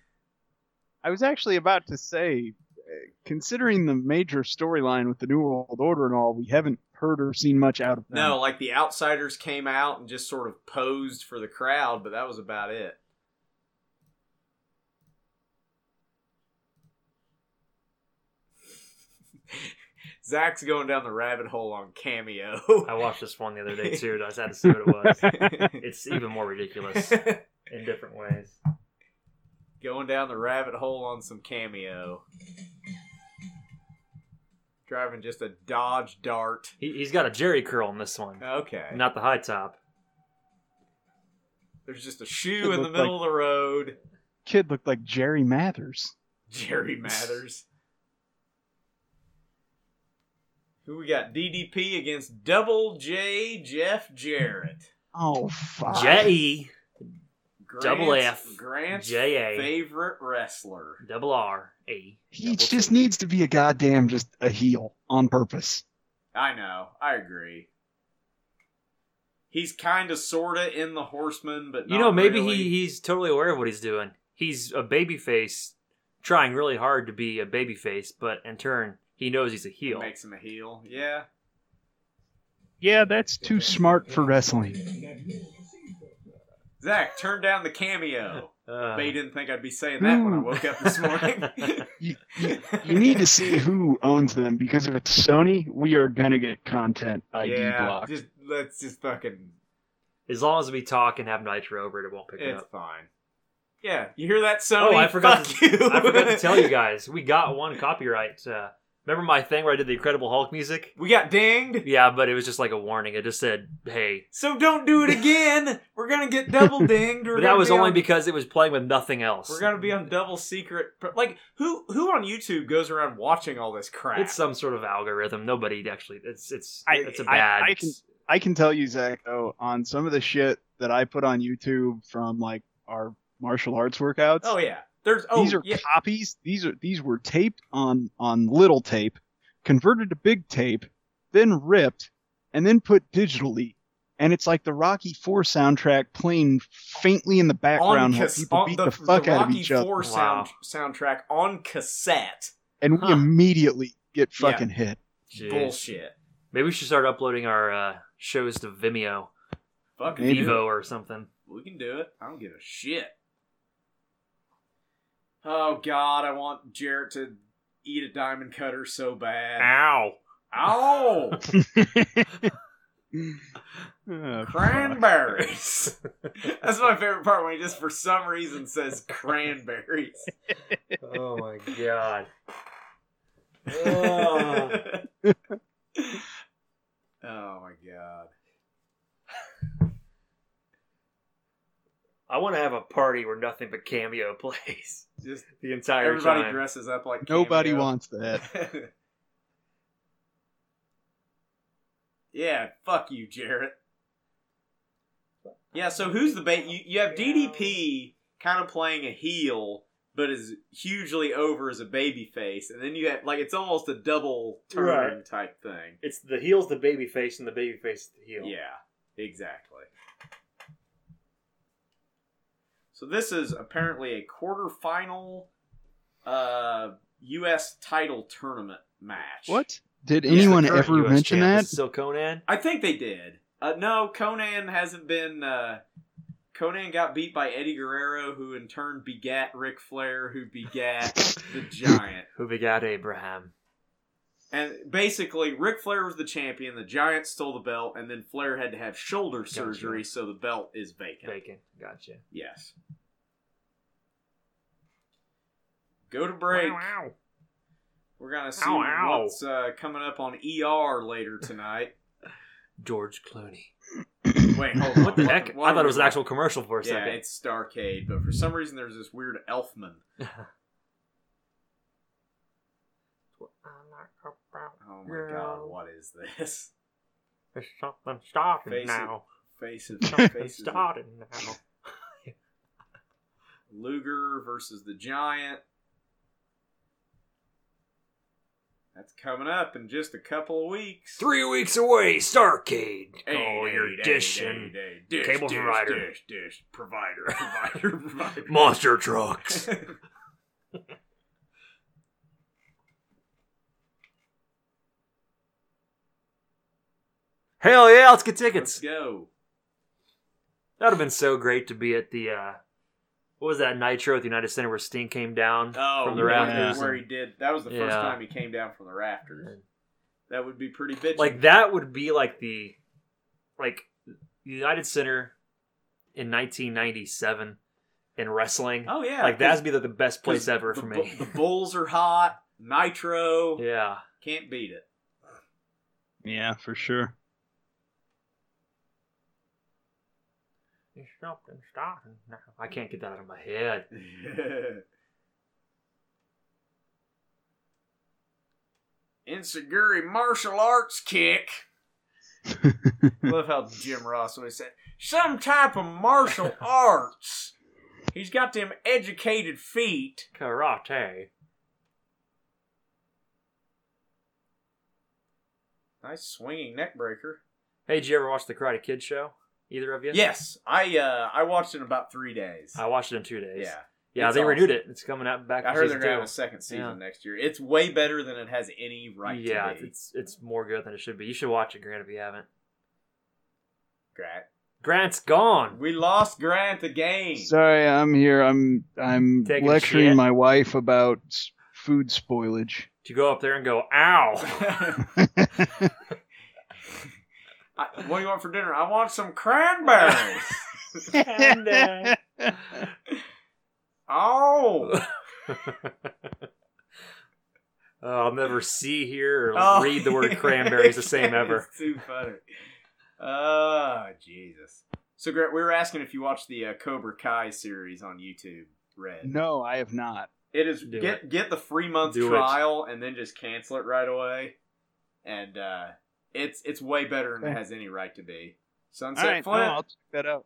I was actually about to say, uh, considering the major storyline with the New World Order and all, we haven't heard or seen much out of them.
No, like the outsiders came out and just sort of posed for the crowd, but that was about it. [LAUGHS] Zach's going down the rabbit hole on
I
Cameo. [LAUGHS]
watched this one the other day too. and I just had to see what it
[LAUGHS]
was. It's even more ridiculous in different ways.
going down the rabbit hole on some Cameo. Driving just a Dodge Dart.
He, he's got a jerry curl in this one,
Okay.
not the high top.
There's just a shoe in the middle of the road.
Kid looked like Jerry Mathers.
[LAUGHS] Jerry Mathers. Who we got? DDP against Double J Jeff Jarrett.
Oh, fuck.
J E
Grant's,
Double F.
Grant's
J A.
favorite wrestler.
double R E.
He just needs to be a goddamn just a heel on purpose.
I know. I agree. He's kind of, sort of in the Horseman, but
You
not
know, maybe
really.
he, he's totally aware of what he's doing. He's a baby face, trying really hard to be a baby face, but in turn, he knows he's a heel.
makes him a heel. Yeah.
Yeah, that's too smart for wrestling.
Zach, turn down
[LAUGHS]
the cameo.
Uh,
Bet you didn't think I'd be saying that when I
Ooh.
woke
[LAUGHS]
up this morning.
You, you, you need
[LAUGHS]
to see who owns them because if it's Sony, we are gonna get content ID
yeah,
blocked.
just let's just fucking.
as long as we talk and have Nitro over it, it won't pick it
It's
up.
fine. Yeah, you hear that, Sony?
Oh, I forgot
Fuck
to-
you.
I forgot to
[LAUGHS]
tell you guys, we got one copyright. Uh, remember my thing where I did the Incredible Hulk music?
We got dinged,
Yeah, but it was just like a warning. It just said, "Hey."
so don't do it again. We're gonna get double dinged. We're
But
gonna
that was
be
only
on-
because it was playing with nothing else.
we're gonna be on double secret. pr- Like who who on YouTube goes around watching all this crap?
It's uh, some sort of algorithm. Nobody actually. It's it's
I-
it's a
I-
bad.
I can- I can tell you, Zach, though, on some of the shit that I put on YouTube from like our martial arts workouts,
oh yeah. There's oh
these are
yeah.
copies. These are these were taped on on little tape, converted to big tape, then ripped, and then put digitally. And it's like the Rocky Four soundtrack playing faintly in the background while
cas-
people beat the, fuck out of
Rocky
each other,
Four
Wow.
sound, soundtrack on cassette.
and we
Huh.
immediately get
Yeah.
fucking hit. [LAUGHS]
Jeez.
Bullshit.
Maybe we should start uploading our uh, shows to Vimeo,
Fuck
Maybe.
Vivo, or something.
We can do it. I don't give a shit. Oh God, I want Jarrett to eat a diamond cutter so bad.
Ow! [LAUGHS]
Ow!
Oh, fuck.
cranberries. That's my favorite part when he just for some reason says cranberries.
[LAUGHS] Oh my god!
oh my god.
I want to have a party where nothing but cameo [LAUGHS] plays
Just
the entire
everybody
time.
dresses up like
Nobody
Cameo.
wants that.
[LAUGHS] yeah, fuck you, Jarrett. Yeah, so who's the bait? You, you have DDP kind of playing a heel, but is hugely over as a baby face, and then you have like it's almost a double turn
Right.
type thing.
it's the heel's the baby face and the baby face the heel.
Yeah, exactly. So this is apparently a quarterfinal uh, U.S. title tournament match.
What?
Did
the
anyone
current
ever
US
mention
champ
that?
is Still Conan?
I think they did. Uh, no, Conan hasn't been. Uh, Conan got beat by Eddie Guerrero, who in turn begat Ric Flair, who begat
[LAUGHS]
the Giant.
Who begat Abraham?
And basically, Ric Flair was the champion. The Giant stole the belt, and then Flair had to have shoulder surgery, so the belt is vacant.
Bacon. Gotcha.
Yes. Go to break. We're gonna see
Ow, ow.
what's uh, coming up on ER later tonight.
George Clooney.
[LAUGHS]
Wait, hold on.
What the heck? I thought it was an actual commercial for a [LAUGHS]
Yeah,
second.
it's Starcade, but for some reason there's this weird Elfman. Oh my god, what is this? [LAUGHS]
There's something starting
Face it. [LAUGHS]
now. [LAUGHS]
Faces,
Something
faces.
starting now.
Luger versus the Giant. That's coming up in just a couple of weeks.
Three weeks away, Starcade.
Hey,
Call
hey,
your
hey,
dish
hey,
and
hey, dish,
cable
dish,
provider.
dish, dish, provider, [LAUGHS]
[LAUGHS]
provider, provider.
monster trucks. Hell yeah, let's get
[LAUGHS] Let's
tickets.
go.
That would have been so great to be at the uh what was that Nitro at the United Center where Sting came down [LAUGHS]
Oh,
from the
yeah,
rafters?
where he did. That was the first
Yeah.
time he came down from the rafters. That would be pretty bitchin'.
Like that would be like the like the United Center in 1997 in wrestling.
oh yeah,
like
that's.
that'd be the, the best place ever
the
for
bu-
me.
the Bulls are hot. Nitro
yeah.
can't beat [LAUGHS] it.
Yeah, for sure.
I can't get that out of my head.
Insiguri martial arts kick. Love how Jim Ross always said some type of martial arts. He's got them educated feet.
Karate.
Nice swinging neck breaker.
Hey, did you ever watch the Karate Kid show? Either of you?
Yes, I uh I watched it in about three days.
I watched it in two days.
yeah,
Yeah,
It's
they
awesome.
renewed it. It's coming out back.
I
in
heard they're
season
gonna
two.
have a second season
Yeah.
next year. It's way better than it has any right
yeah,
to be.
it's it's more good than it should be. You should watch it, Grant, if you haven't.
Grant.
Grant's gone.
We lost Grant again.
Sorry, I'm here. I'm I'm
Taking
lecturing
shit.
my wife about s- food spoilage.
To go up there and go,
[LAUGHS]
ow.
I, what do you want for dinner? I want some cranberries.
[LAUGHS] And,
[LAUGHS]
uh,
oh,
Oh, I'll never see, hear, or
Oh.
[LAUGHS] read the word cranberries the
[LAUGHS]
same ever.
It's too funny. Oh, Jesus. So, Grant, we were asking if you watched the uh, Cobra Kai series on YouTube. Red.
no, I have not.
It is
Do
get get the free month
Do it.
trial and then just cancel it right away, and uh, it's it's way better than it has any right to be.
All
Sunset
Oh,
right, no,
Flint.
I'll check that out.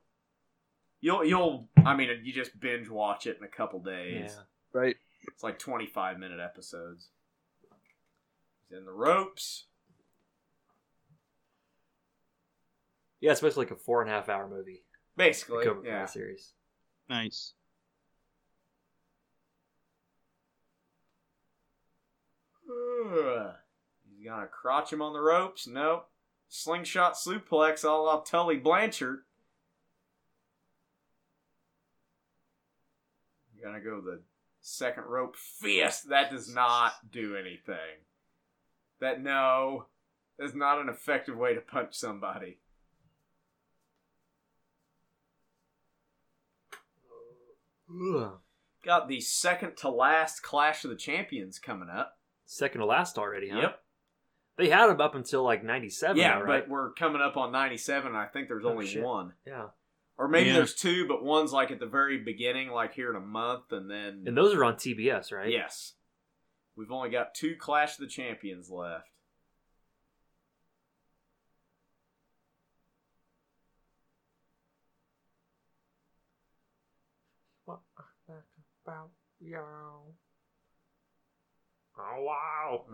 You'll you'll I mean you just binge watch it in a couple days.
Yeah.
Right.
It's like twenty five minute episodes. He's in the ropes.
Yeah, it's basically like a four and a half hour movie. The
Basically.
Cobra Kai
yeah.
series.
Nice.
Ugh. He's gonna crotch him on the ropes. Nope. Slingshot suplex all la Tully Blanchard. You're gonna go the second rope fist. That does not do anything. That no. That's not an effective way to punch somebody.
Ugh.
Got the second to last Clash of the Champions coming up.
Second to last already, huh?
Yep.
They had them up until like 97.
Yeah,
now, right?
but we're coming up on 97, and I think there's
Oh,
only
shit.
one.
Yeah.
Or maybe
Yeah.
there's two, but one's like at the very beginning, like here in a month, and then
And those are on TBS, right?
yes, we've only got two Clash of the Champions left.
What I think about you. Oh wow.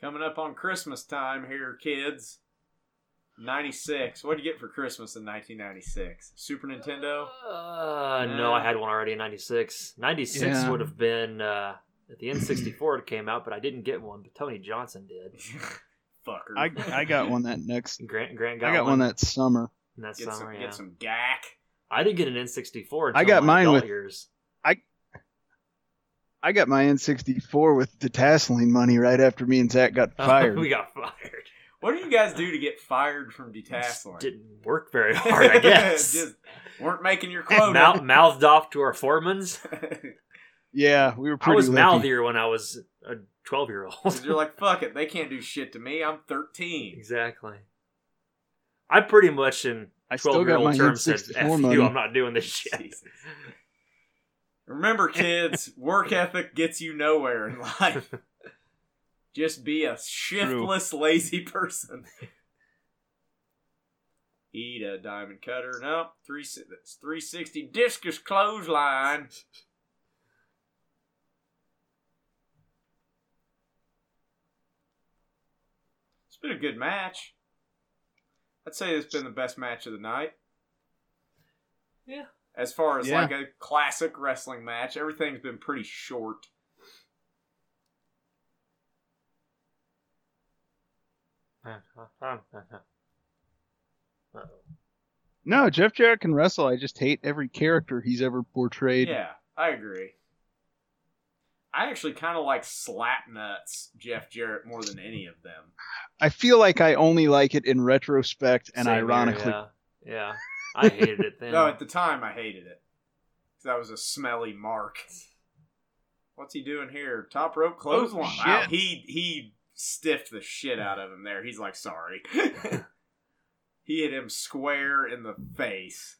Coming up on Christmas time here, kids. Ninety six. What What'd you get for Christmas in nineteen ninety six? Super Nintendo. [LAUGHS]
Uh, no, I had one already in 96. 96
Yeah.
would have been uh, At the N64 it came out, but I didn't get one. But Tony Johnson did.
Fucker.
I
[LAUGHS]
I got one that next.
Grant Grant got,
I got one that summer.
in that
[LAUGHS] get
summer.
some,
yeah.
get some gack.
I didn't get an N64. Until
I got
my
mine
adult
with-
[LAUGHS] years.
I got my N64 with the Tasseling money right after me and Zach got
Oh,
fired.
we got fired.
What did you guys do to get fired from Detasseling?
Didn't work very
[LAUGHS]
hard, I guess.
Just weren't making your quota.
Mouth, mouthed off to our foremans.
yeah, we were
I
pretty.
was
lucky.
mouthier when I was a 12 year
[LAUGHS] 'Cause
old.
you're like, fuck it, they can't do shit to me. I'm 13.
[LAUGHS] exactly. I pretty much in
I still
12 year
got my
old terms said,
N64
F
money.
you, I'm not doing this
[LAUGHS]
shit.
Jesus. Remember, kids, work ethic gets you nowhere in life. Just be a shiftless, lazy person. Eat a diamond cutter. No, three si- that's 360 discus clothesline. It's been a good match. I'd say it's been the best match of the night.
Yeah.
As far as
Yeah.
like a classic wrestling match, everything's been pretty short.
Uh-oh.
No, Jeff Jarrett can wrestle. I just hate every character he's ever portrayed.
Yeah, I agree. I actually kind of like slap nuts Jeff Jarrett more than any of them.
I feel like I only like it in retrospect and
Same here,
ironically.
yeah. yeah. I hated it then.
[LAUGHS] No, at the time I hated it. 'Cause That was a smelly mark. What's he doing here? Top rope clothesline. wow,
Oh, shit.
he he stiffed the shit out of him there. He's
[LAUGHS]
like, sorry. he hit him square in the face.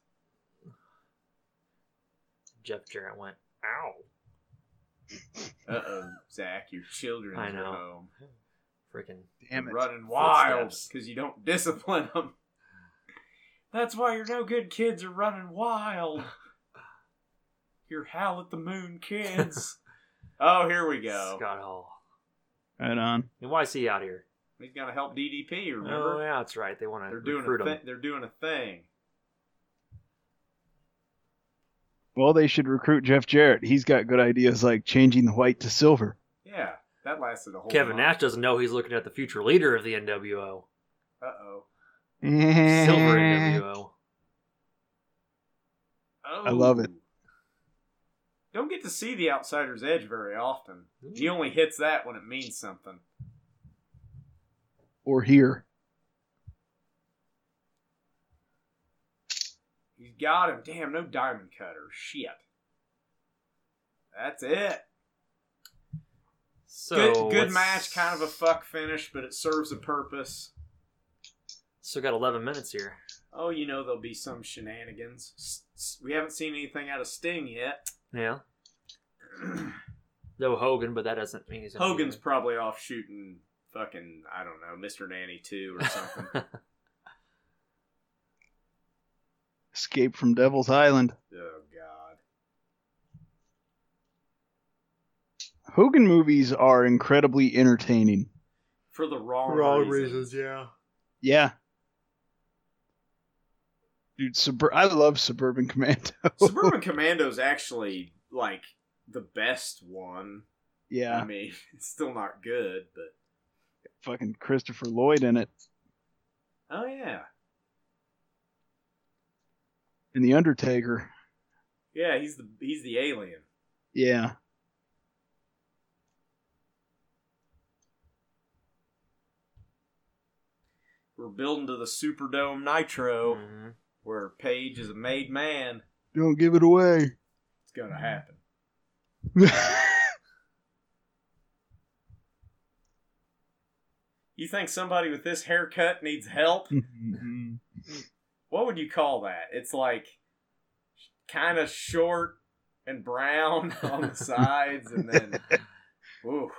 Jeff Jarrett went, ow.
Uh oh, Zach, your children
I
are
know.
home.
Freaking.
Damn it.
running wild
Footsteps.
because you don't discipline them. That's why your no good kids are
[LAUGHS]
running wild. You're howl at the moon kids. oh, here we go.
Scott Hall.
Right on.
And why is he out here?
He's gonna help DDP.
Oh,
Remember,
yeah, that's right. They want to
they're doing
recruit
a
him.
thi- they're doing a thing.
Well, they should recruit Jeff Jarrett. He's got good ideas like changing the white to silver.
Yeah, that lasted a whole.
Kevin Nash
month.
doesn't know he's looking at the future leader of the NWO.
Uh oh.
Eh.
Silver NWO.
Oh.
I love it.
Don't get to see the outsider's edge very often.
Mm-hmm.
He only hits that when it means something.
Or here.
He's got him. Damn, no diamond cutter. Shit. That's it.
So
good good
what's-
match, kind of a fuck finish, but it serves a purpose.
So got 11 minutes here.
Oh, you know there'll be some shenanigans. S- s- We haven't seen anything out of Sting yet.
Yeah. No Hogan, but that doesn't mean he's gonna be
Hogan's
there.
probably off shooting fucking I don't know Mr. Nanny two or
[LAUGHS]
something.
Escape from Devil's Island.
oh God.
Hogan movies are incredibly entertaining.
For the wrong, reasons.
[LAUGHS] yeah.
Yeah. Dude, Subur- I love Suburban Commando.
[LAUGHS] Suburban Commando's actually like the best one. I
[LAUGHS] yeah,
mean, [LAUGHS] it's still not good, but
fucking Christopher Lloyd in it.
oh yeah.
And The Undertaker.
Yeah, he's the he's the alien.
Yeah.
We're building to the Superdome Nitro
Mhm.
where Paige is a made man.
Don't give it away.
It's gonna happen. You think somebody with this haircut needs help?
Mm-hmm.
What would you call that? It's like kind of short and brown [LAUGHS] on the sides, and then ooh,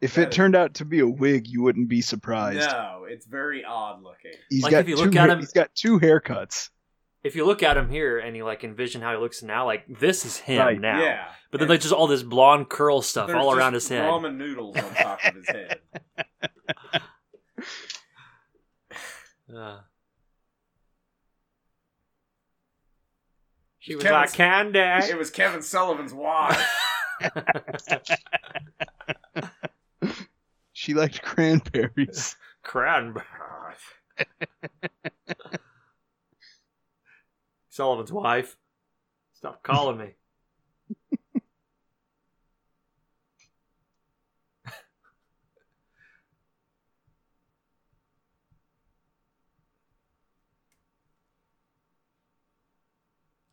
if it turned out to be a wig, you wouldn't be surprised.
no, it's very odd looking.
He's
Like,
got
if you
two
look at
hair-
him-
he's got two haircuts.
If you look at him here and you like envision how he looks now, like this is him
Right.
now.
Yeah,
But then like just all this blonde curl stuff
There's
all
just
around his head.
Ramen noodles on top of
[LAUGHS]
his head.
Uh. She was
Kevin's-
like candy. [LAUGHS]
It was Kevin Sullivan's wife.
[LAUGHS]
She liked cranberries.
Cranberry. Sullivan's wife. Stop calling me.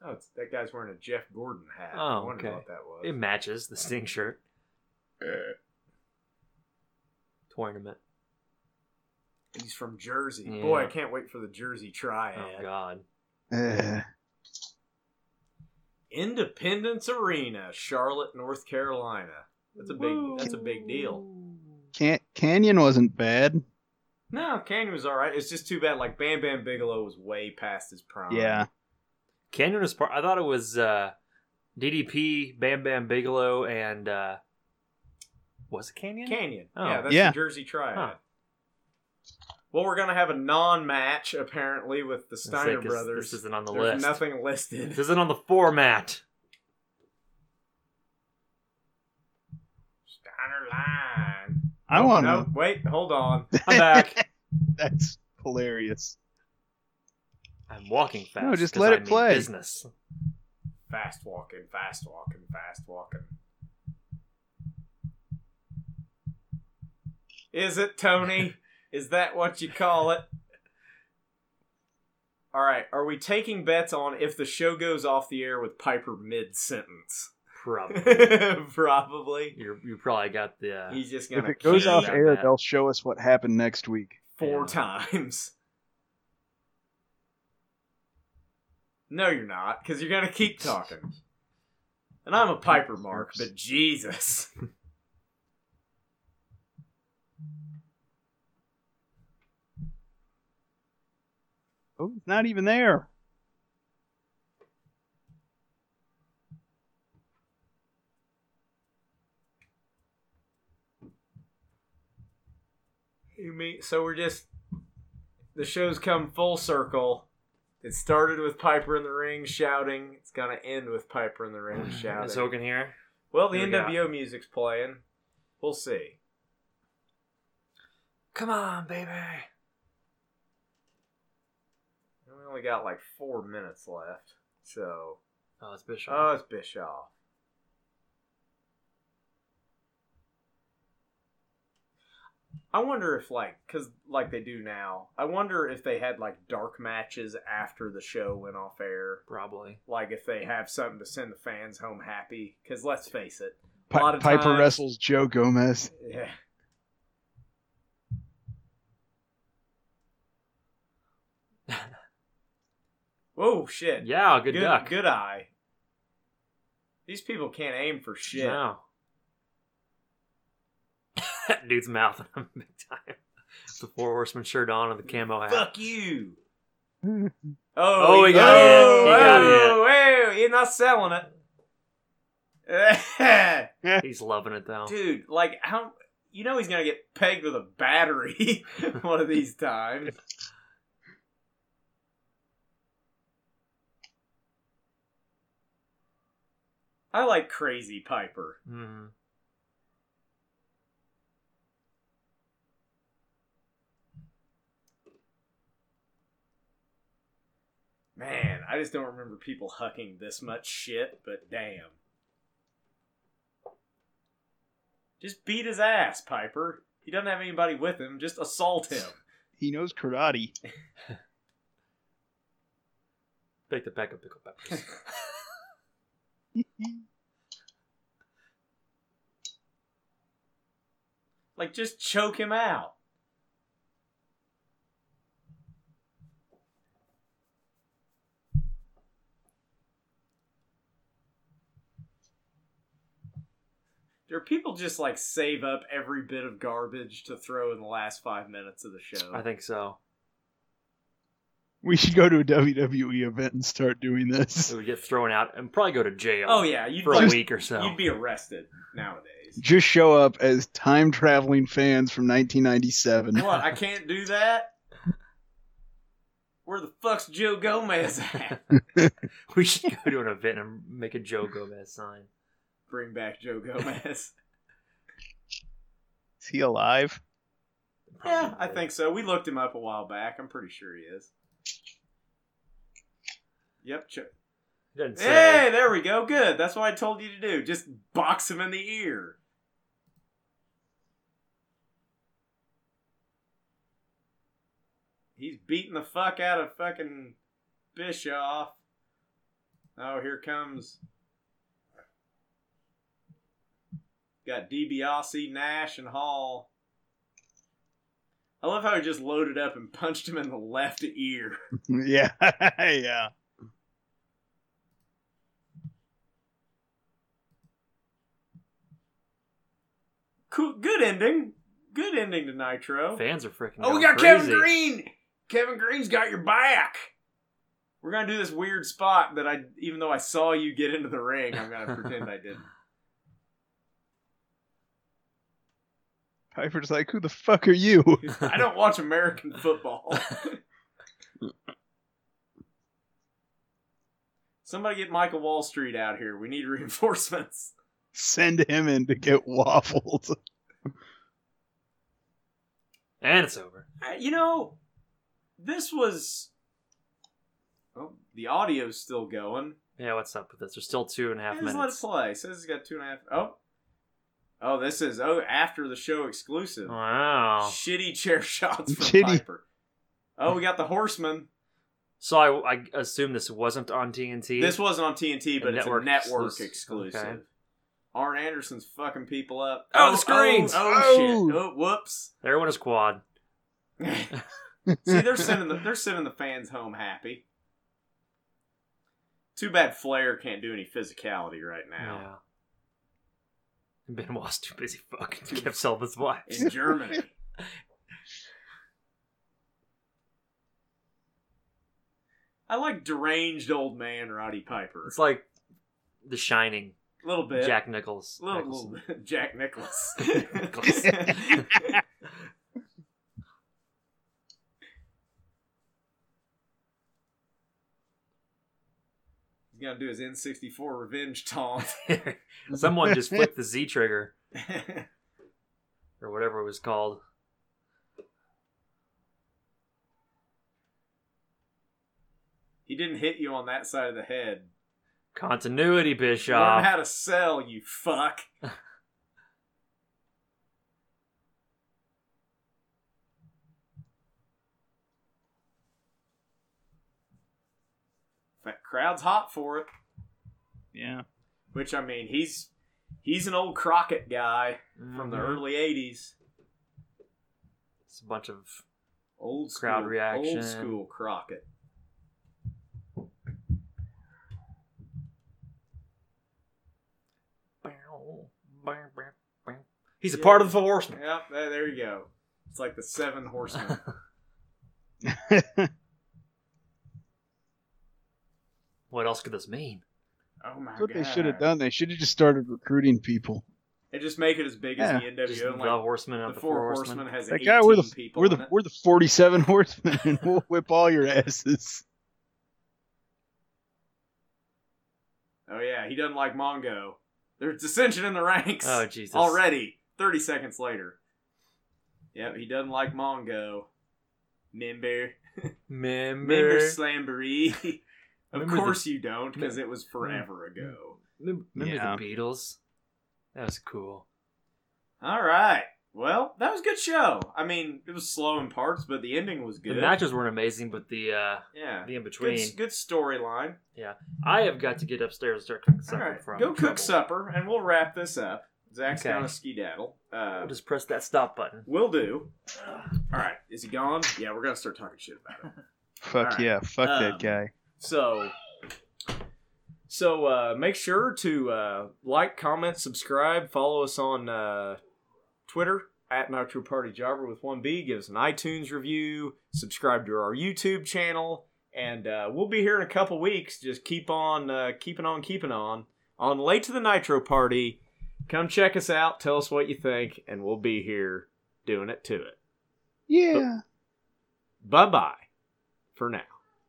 Oh, it's, that guy's wearing a Jeff Gordon hat. I
Oh,
wonder
okay.
what that was.
It matches the Sting shirt. Tournament.
He's from Jersey.
Yeah.
Boy, I can't wait for the Jersey triad.
Oh God.
Eh.
Independence Arena, Charlotte, North Carolina. That's a big. That's a big deal.
Can- Canyon wasn't bad.
No, Canyon was all right. It's just too bad. Like Bam Bam Bigelow was way past his prime.
Yeah.
Canyon was part. I thought it was uh, DDP, Bam Bam Bigelow, and uh, was it Canyon?
Canyon.
Oh.
yeah, that's
Yeah.
the Jersey Triad.
Huh.
Well, we're gonna have a non-match apparently with the
It's like,
Steiner
this-
brothers.
This isn't on the
There's
list.
nothing listed.
This [LAUGHS] isn't on the format.
Steiner line.
I
Nope,
wanna-
nope, Oh, wait, hold on.
I'm back.
[LAUGHS]
[LAUGHS] That's hilarious.
I'm walking fast.
No, just
'cause
let
I
it
mean
play.
Business.
Fast walking, fast walking, fast walking. Is it Tony? Is that what you call it? All right, are we taking bets on if the show goes off the air with Piper mid sentence?
Probably.
[LAUGHS] Probably.
you you probably got the. Uh,
He's just
If
gonna
it goes
kill
off
you
air,
that.
they'll show us what happened next week.
four
Yeah.
times. [LAUGHS] No, you're not, because you're gonna keep talking. And I'm a Piper Mark, but Jesus.
[LAUGHS]
Oh, it's not even there.
You mean so we're just the show's come full circle. It started with Piper in the ring shouting. It's gonna end with Piper in
[SIGHS]
the ring shouting.
Is Hogan here?
well, the
Here we go.
NWO music's playing. We'll see.
Come on, baby.
We only got like four minutes left, so
Oh, it's Bishop.
Oh, it's Bischoff. I wonder if like cuz like they do now. I wonder if they had like dark matches after the show went off air.
Probably.
Like if they have something to send the fans home happy cuz let's face it.
Pi-
lot of
Piper
times-
wrestles Joe Gomez.
[LAUGHS]
Yeah. Whoa, shit.
Yeah, good, duck.
Good eye. These people can't aim for shit.
No. that [LAUGHS] dude's mouthing him big time. It's the Four Horsemen shirt on and the camo hat. [LAUGHS]
Fuck you.
Hmm.
Oh, he got
it.
oh,
He got
oh, hey, you're not selling it. [LAUGHS]
He's loving it though.
Dude, like how you know he's gonna get pegged with a battery [LAUGHS] one of these times. I like crazy Piper.
Mhm.
Man, I just don't remember people hucking this much shit, but damn. Just beat his ass, Piper. He doesn't have anybody with him. Just assault him.
He knows karate.
Pick the peck of pickled
[LAUGHS]
peppers.
Like, just choke him out. Do people just like save up every bit of garbage to throw in the last five minutes of the show?
I think so.
We should go to a WWE event and start doing this.
It would get thrown out and probably go to jail.
Oh yeah, you'd
for
like,
a week or so. [LAUGHS]
you'd be arrested nowadays.
Just show up as time traveling fans from 1997.
What? I can't do that. Where the fuck's Joe Gomez at?
[LAUGHS] we should go to an event and make a Joe Gomez sign.
Bring back Joe Gomez.
Is he alive?
yeah, I think so. We looked him up a while back. I'm pretty sure he is. Yep. Cho-
It doesn't say.
hey, there we go. Good. That's what I told you to do. Just box him in the ear. He's beating the fuck out of fucking Bischoff. Oh, here comes. Got DiBiase, Nash, and Hall. I love how he just loaded up and [LAUGHS] punched him in the left ear.
[LAUGHS] yeah, [LAUGHS] yeah.
Cool, good ending. Good ending to Nitro.
Fans are freaking.
Oh, we
going
got
crazy.
Kevin Green. Kevin Green's got your back. We're gonna do this weird spot that I, even though I saw you get into the ring, I'm gonna pretend I [LAUGHS] didn't.
Piper's like, who the fuck are you?
I don't watch American [LAUGHS] football. Somebody get Michael Wall Street out here. We need [LAUGHS] reinforcements.
[LAUGHS] Send him in to get waffled.
and it's over.
Uh, You know, this was. Oh, the audio's still going.
Yeah, what's up with this? There's still two and a half
Yeah, just let it
minutes.
play. Says it's got two and a half. Oh, oh, this is oh after the show exclusive.
Oh. Wow.
Shitty chair [LAUGHS] shots from
Shitty.
Piper. Oh, we got the Horseman.
So I, I assume this wasn't on TNT.
This wasn't on TNT, but
A
it's
network
a network
exclusive.
exclusive.
Okay.
Arn Anderson's fucking people up.
Oh, the screens!
Oh, oh, shit! Oh,
[LAUGHS]
whoops!
Everyone is quad.
See, they're sending the they're sending the fans home happy. Too bad Flair can't do any physicality right now
Yeah. Benoit's too busy fucking to give
[LAUGHS]
Selva's wife.
in Germany. I like deranged old man Roddy Piper.
It's like The Shining.
a little bit.
Jack Nichols.
little,
Nicholson.
little bit. [LAUGHS] Jack Nicholas.
[LAUGHS] Nicholas.
He's gonna do his N64 revenge taunt. [LAUGHS]
Someone just flipped the Z trigger or whatever it was called.
he didn't hit you on that side of the head.
Continuity,
Learn
Bishop.
how to sell, you fuck.
[LAUGHS]
that crowd's hot for it.
Yeah.
Which I mean, he's he's an old Crockett guy from the
Mhm.
early '80s.
It's a bunch of
Old school,
Crowd reaction.
Old school Crockett.
He's a
Yeah.
part of the Four Horsemen.
Yep, there, there you go. It's like the
[LAUGHS]
Seven Horsemen.
What else could this mean?
Oh my
That's what
god!
they should have done. They should have just started recruiting people.
And just make it as big as
Yeah,
the
Just
NWO.
the
and, Like,
Horsemen
the,
of the
Four
Horsemen.
Horsemen, has
That
18
guy, we're the
people.
we're
in
the
it.
we're the forty seven [LAUGHS] horsemen, and we'll whip all your asses.
Oh yeah, he doesn't like Mongo. There's dissension in the ranks.
Oh, Jesus.
Already, thirty seconds later. Yep, he doesn't like Mongo. Member, member
Member,
Slamboree. [LAUGHS] of
Remember the-
course you don't, because it was forever ago.
remember
Yeah.
the Beatles? That was cool.
All right. Well, that was a good show. I mean, it was slow in parts, but the ending was good.
The matches weren't amazing, but the uh,
yeah.
the in between.
Good, good storyline.
I have got to get upstairs and start cooking
All
something
right,
from.
go cook
trouble.
supper, and we'll wrap this up. Zach's
Okay.
gonna skedaddle. Uh,
I'll just press that stop button.
will do. All right, is he gone? Yeah, we're gonna start talking shit about it.
fuck
Alright.
yeah, fuck
Um,
that guy.
So, so uh, make sure to uh, like, comment, subscribe, follow us on uh, Twitter at Nitro Party Jobber with one B. Give us an iTunes review. Subscribe to our YouTube channel, and uh, we'll be here in a couple weeks. Just keep on uh, keeping on, keeping on. On late to the Nitro Party. Come check us out. Tell us what you think, and we'll be here doing it to it.
Yeah.
Bye bye for now.